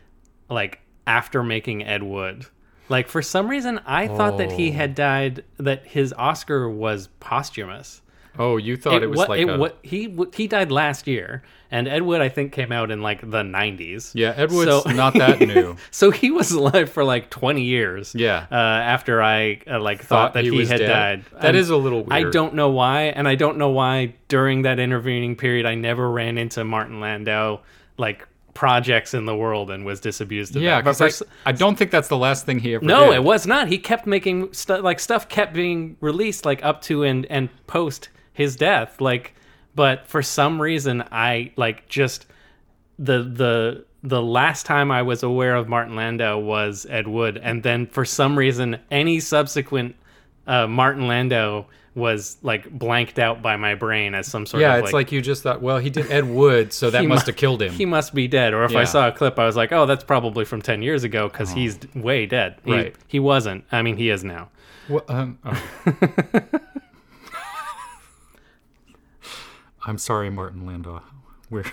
[SPEAKER 1] like after making Ed Wood. Like for some reason, I thought that he
[SPEAKER 2] Oh.
[SPEAKER 1] had died. That his Oscar was posthumous.
[SPEAKER 2] oh, you thought it, was
[SPEAKER 1] what,
[SPEAKER 2] like a,
[SPEAKER 1] what he w- he died last year, and Ed Wood I think came out in like the '90s.
[SPEAKER 2] Yeah, Ed Wood's
[SPEAKER 1] So-
[SPEAKER 2] (laughs) not
[SPEAKER 1] (laughs)
[SPEAKER 2] that new.
[SPEAKER 1] So he was alive for like 20 years.
[SPEAKER 2] Yeah.
[SPEAKER 1] Uh, after I uh, like thought, that he,
[SPEAKER 2] was
[SPEAKER 1] had
[SPEAKER 2] dead.
[SPEAKER 1] died.
[SPEAKER 2] That
[SPEAKER 1] That is
[SPEAKER 2] is a little
[SPEAKER 1] I
[SPEAKER 2] weird.
[SPEAKER 1] don't know why, and I don't know why during that intervening period I never ran into Martin Landau like projects in the world and was disabused of
[SPEAKER 2] Yeah,
[SPEAKER 1] that. But
[SPEAKER 2] 'cause I-
[SPEAKER 1] for s-
[SPEAKER 2] I, don't think that's the last thing he ever
[SPEAKER 1] no,
[SPEAKER 2] did.
[SPEAKER 1] it was not. He kept making stuff like stuff kept being released like up to and and post his death. Like, but for some reason, I like just the the the last time I was aware of Martin Landau was Ed Wood, and then for some reason, any subsequent uh, Martin Landau was like blanked out by my brain as some sort
[SPEAKER 2] Yeah,
[SPEAKER 1] of
[SPEAKER 2] it's like, you just thought, well, he did Ed Wood, so that
[SPEAKER 1] he
[SPEAKER 2] must
[SPEAKER 1] mu-
[SPEAKER 2] have killed him.
[SPEAKER 1] He must be dead. Or if
[SPEAKER 2] Yeah. Oh.
[SPEAKER 1] I saw a clip, I was like, oh, that's probably from 10 years ago because he's d- way dead. He,
[SPEAKER 2] Right.
[SPEAKER 1] He wasn't. I mean, he is now.
[SPEAKER 2] Well, um, oh.
[SPEAKER 1] (laughs)
[SPEAKER 2] I'm sorry, Martin Landau. We're.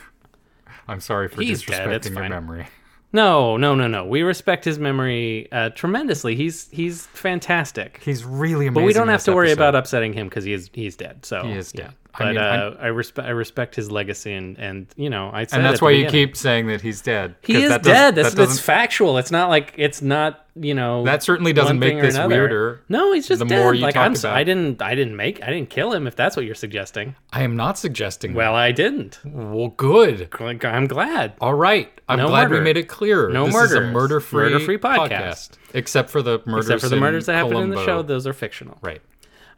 [SPEAKER 2] I'm sorry for
[SPEAKER 1] He's
[SPEAKER 2] disrespecting
[SPEAKER 1] dead, it's
[SPEAKER 2] your
[SPEAKER 1] fine.
[SPEAKER 2] memory.
[SPEAKER 1] No, no, no, no. We respect his memory uh, tremendously. He's he's fantastic.
[SPEAKER 2] He's really amazing.
[SPEAKER 1] But we don't have to worry about upsetting him because he is he's dead. So
[SPEAKER 2] He is dead. I
[SPEAKER 1] But
[SPEAKER 2] mean, I'm-
[SPEAKER 1] uh, I respect I respect his legacy and and you know I said
[SPEAKER 2] And
[SPEAKER 1] at
[SPEAKER 2] that's
[SPEAKER 1] the
[SPEAKER 2] why you
[SPEAKER 1] beginning.
[SPEAKER 2] keep saying that he's dead.
[SPEAKER 1] he
[SPEAKER 2] 'cause
[SPEAKER 1] is
[SPEAKER 2] that does-
[SPEAKER 1] dead. That's
[SPEAKER 2] that
[SPEAKER 1] that's
[SPEAKER 2] doesn't-
[SPEAKER 1] factual. It's not like it's not you know
[SPEAKER 2] That certainly doesn't
[SPEAKER 1] one
[SPEAKER 2] make
[SPEAKER 1] thing or
[SPEAKER 2] this
[SPEAKER 1] another.
[SPEAKER 2] weirder,
[SPEAKER 1] No, he's just
[SPEAKER 2] the
[SPEAKER 1] dead.
[SPEAKER 2] more you
[SPEAKER 1] like I'm,
[SPEAKER 2] talk
[SPEAKER 1] s-
[SPEAKER 2] about
[SPEAKER 1] I
[SPEAKER 2] it.
[SPEAKER 1] didn't I didn't make I didn't kill him if that's what you're suggesting.
[SPEAKER 2] I am not suggesting.
[SPEAKER 1] Well, I didn't.
[SPEAKER 2] well, good.
[SPEAKER 1] Like, I'm glad.
[SPEAKER 2] All right. I'm
[SPEAKER 1] No
[SPEAKER 2] glad we
[SPEAKER 1] murder.
[SPEAKER 2] made it clear.
[SPEAKER 1] No
[SPEAKER 2] this is a
[SPEAKER 1] murders.
[SPEAKER 2] murder-free,
[SPEAKER 1] Murder-free podcast.
[SPEAKER 2] Except for the murders.
[SPEAKER 1] Except for the
[SPEAKER 2] in
[SPEAKER 1] murders that happened in the
[SPEAKER 2] Colombo.
[SPEAKER 1] show, those are fictional.
[SPEAKER 2] Right.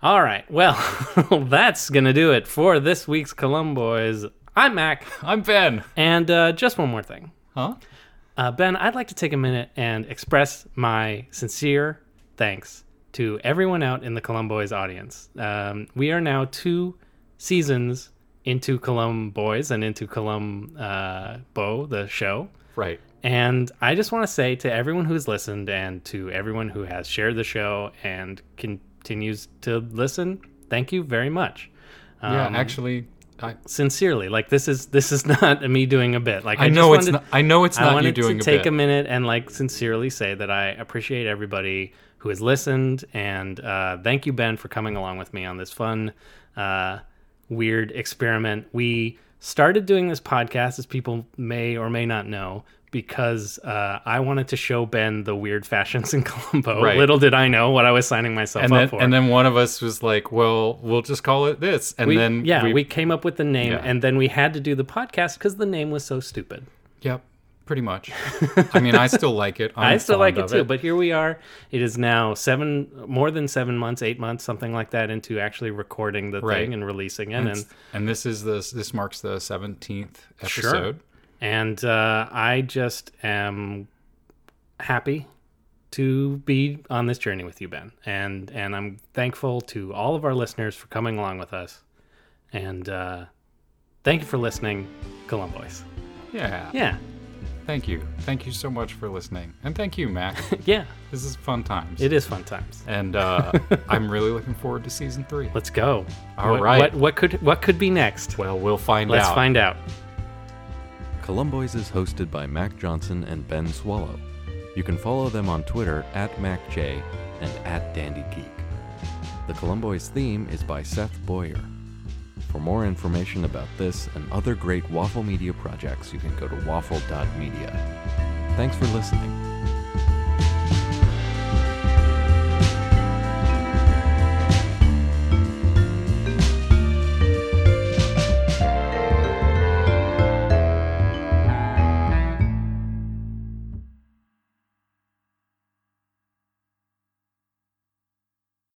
[SPEAKER 1] All right. Well, (laughs) that's going to do it for this week's Columboys. I'm Mac.
[SPEAKER 2] I'm Ben.
[SPEAKER 1] And uh, just one more thing.
[SPEAKER 2] Huh?
[SPEAKER 1] Uh, ben, I'd like to take a minute and express my sincere thanks to everyone out in the Columboys audience. Um, we are now two seasons into Columboys and into Columbo, uh, Bo, the show.
[SPEAKER 2] Right.
[SPEAKER 1] And I just want to say to everyone who's listened and to everyone who has shared the show and continues to listen, thank you very much. Uh,
[SPEAKER 2] yeah.
[SPEAKER 1] Um,
[SPEAKER 2] Actually, I,
[SPEAKER 1] Sincerely, like this is this is (laughs) not me doing a bit. Like I,
[SPEAKER 2] I
[SPEAKER 1] just
[SPEAKER 2] know it's
[SPEAKER 1] wanted-
[SPEAKER 2] not. I know it's
[SPEAKER 1] I
[SPEAKER 2] not you
[SPEAKER 1] wanted
[SPEAKER 2] doing
[SPEAKER 1] to
[SPEAKER 2] a
[SPEAKER 1] take
[SPEAKER 2] bit.
[SPEAKER 1] a minute and like sincerely say that I appreciate everybody who has listened and uh, thank you Ben for coming along with me on this fun, uh, weird experiment. We started doing this podcast, as people may or may not know, because uh, I wanted to show Ben the weird fashions in (laughs) Colombo.
[SPEAKER 2] Right.
[SPEAKER 1] Little did I know what I was signing myself
[SPEAKER 2] and
[SPEAKER 1] up
[SPEAKER 2] then
[SPEAKER 1] for.
[SPEAKER 2] and then one of us was like, "Well, we'll just call it this." And
[SPEAKER 1] we,
[SPEAKER 2] then
[SPEAKER 1] yeah,
[SPEAKER 2] we,
[SPEAKER 1] we, came up with the name,
[SPEAKER 2] Yeah.
[SPEAKER 1] and then we had to do the podcast because the name was so stupid.
[SPEAKER 2] yep, pretty much.
[SPEAKER 1] (laughs)
[SPEAKER 2] I mean, I still like it. I'm
[SPEAKER 1] I still like
[SPEAKER 2] fond
[SPEAKER 1] it
[SPEAKER 2] of
[SPEAKER 1] too, but here we are. It is now seven, more than seven months, eight months, something like that, into actually recording the
[SPEAKER 2] Right.
[SPEAKER 1] thing and releasing it.
[SPEAKER 2] and,
[SPEAKER 1] And
[SPEAKER 2] and this is the this marks the seventeenth episode.
[SPEAKER 1] and uh, I just am happy to be on this journey with you, Ben. And and I'm thankful to all of our listeners for coming along with us. And uh, thank you for listening, Columboys.
[SPEAKER 2] Yeah.
[SPEAKER 1] Yeah,
[SPEAKER 2] Thank you. Thank you so much for listening, and thank you, (laughs) Mac.
[SPEAKER 1] yeah,
[SPEAKER 2] this is fun times.
[SPEAKER 1] it is fun times.
[SPEAKER 2] and (laughs) uh, I'm really looking forward to season three.
[SPEAKER 1] Let's go.
[SPEAKER 2] All
[SPEAKER 1] All right.
[SPEAKER 2] right.
[SPEAKER 1] What, what could what could be next?
[SPEAKER 2] Well, we'll find
[SPEAKER 1] Let's
[SPEAKER 2] out.
[SPEAKER 1] find out.
[SPEAKER 3] Columboys is hosted by Mac Johnson and Ben Swallow. You can follow them on Twitter at MacJ and at DandyGeek. The Columboys theme is by Seth Boyer. For more information about this and other great Waffle Media projects, you can go to waffle.media. Thanks for listening.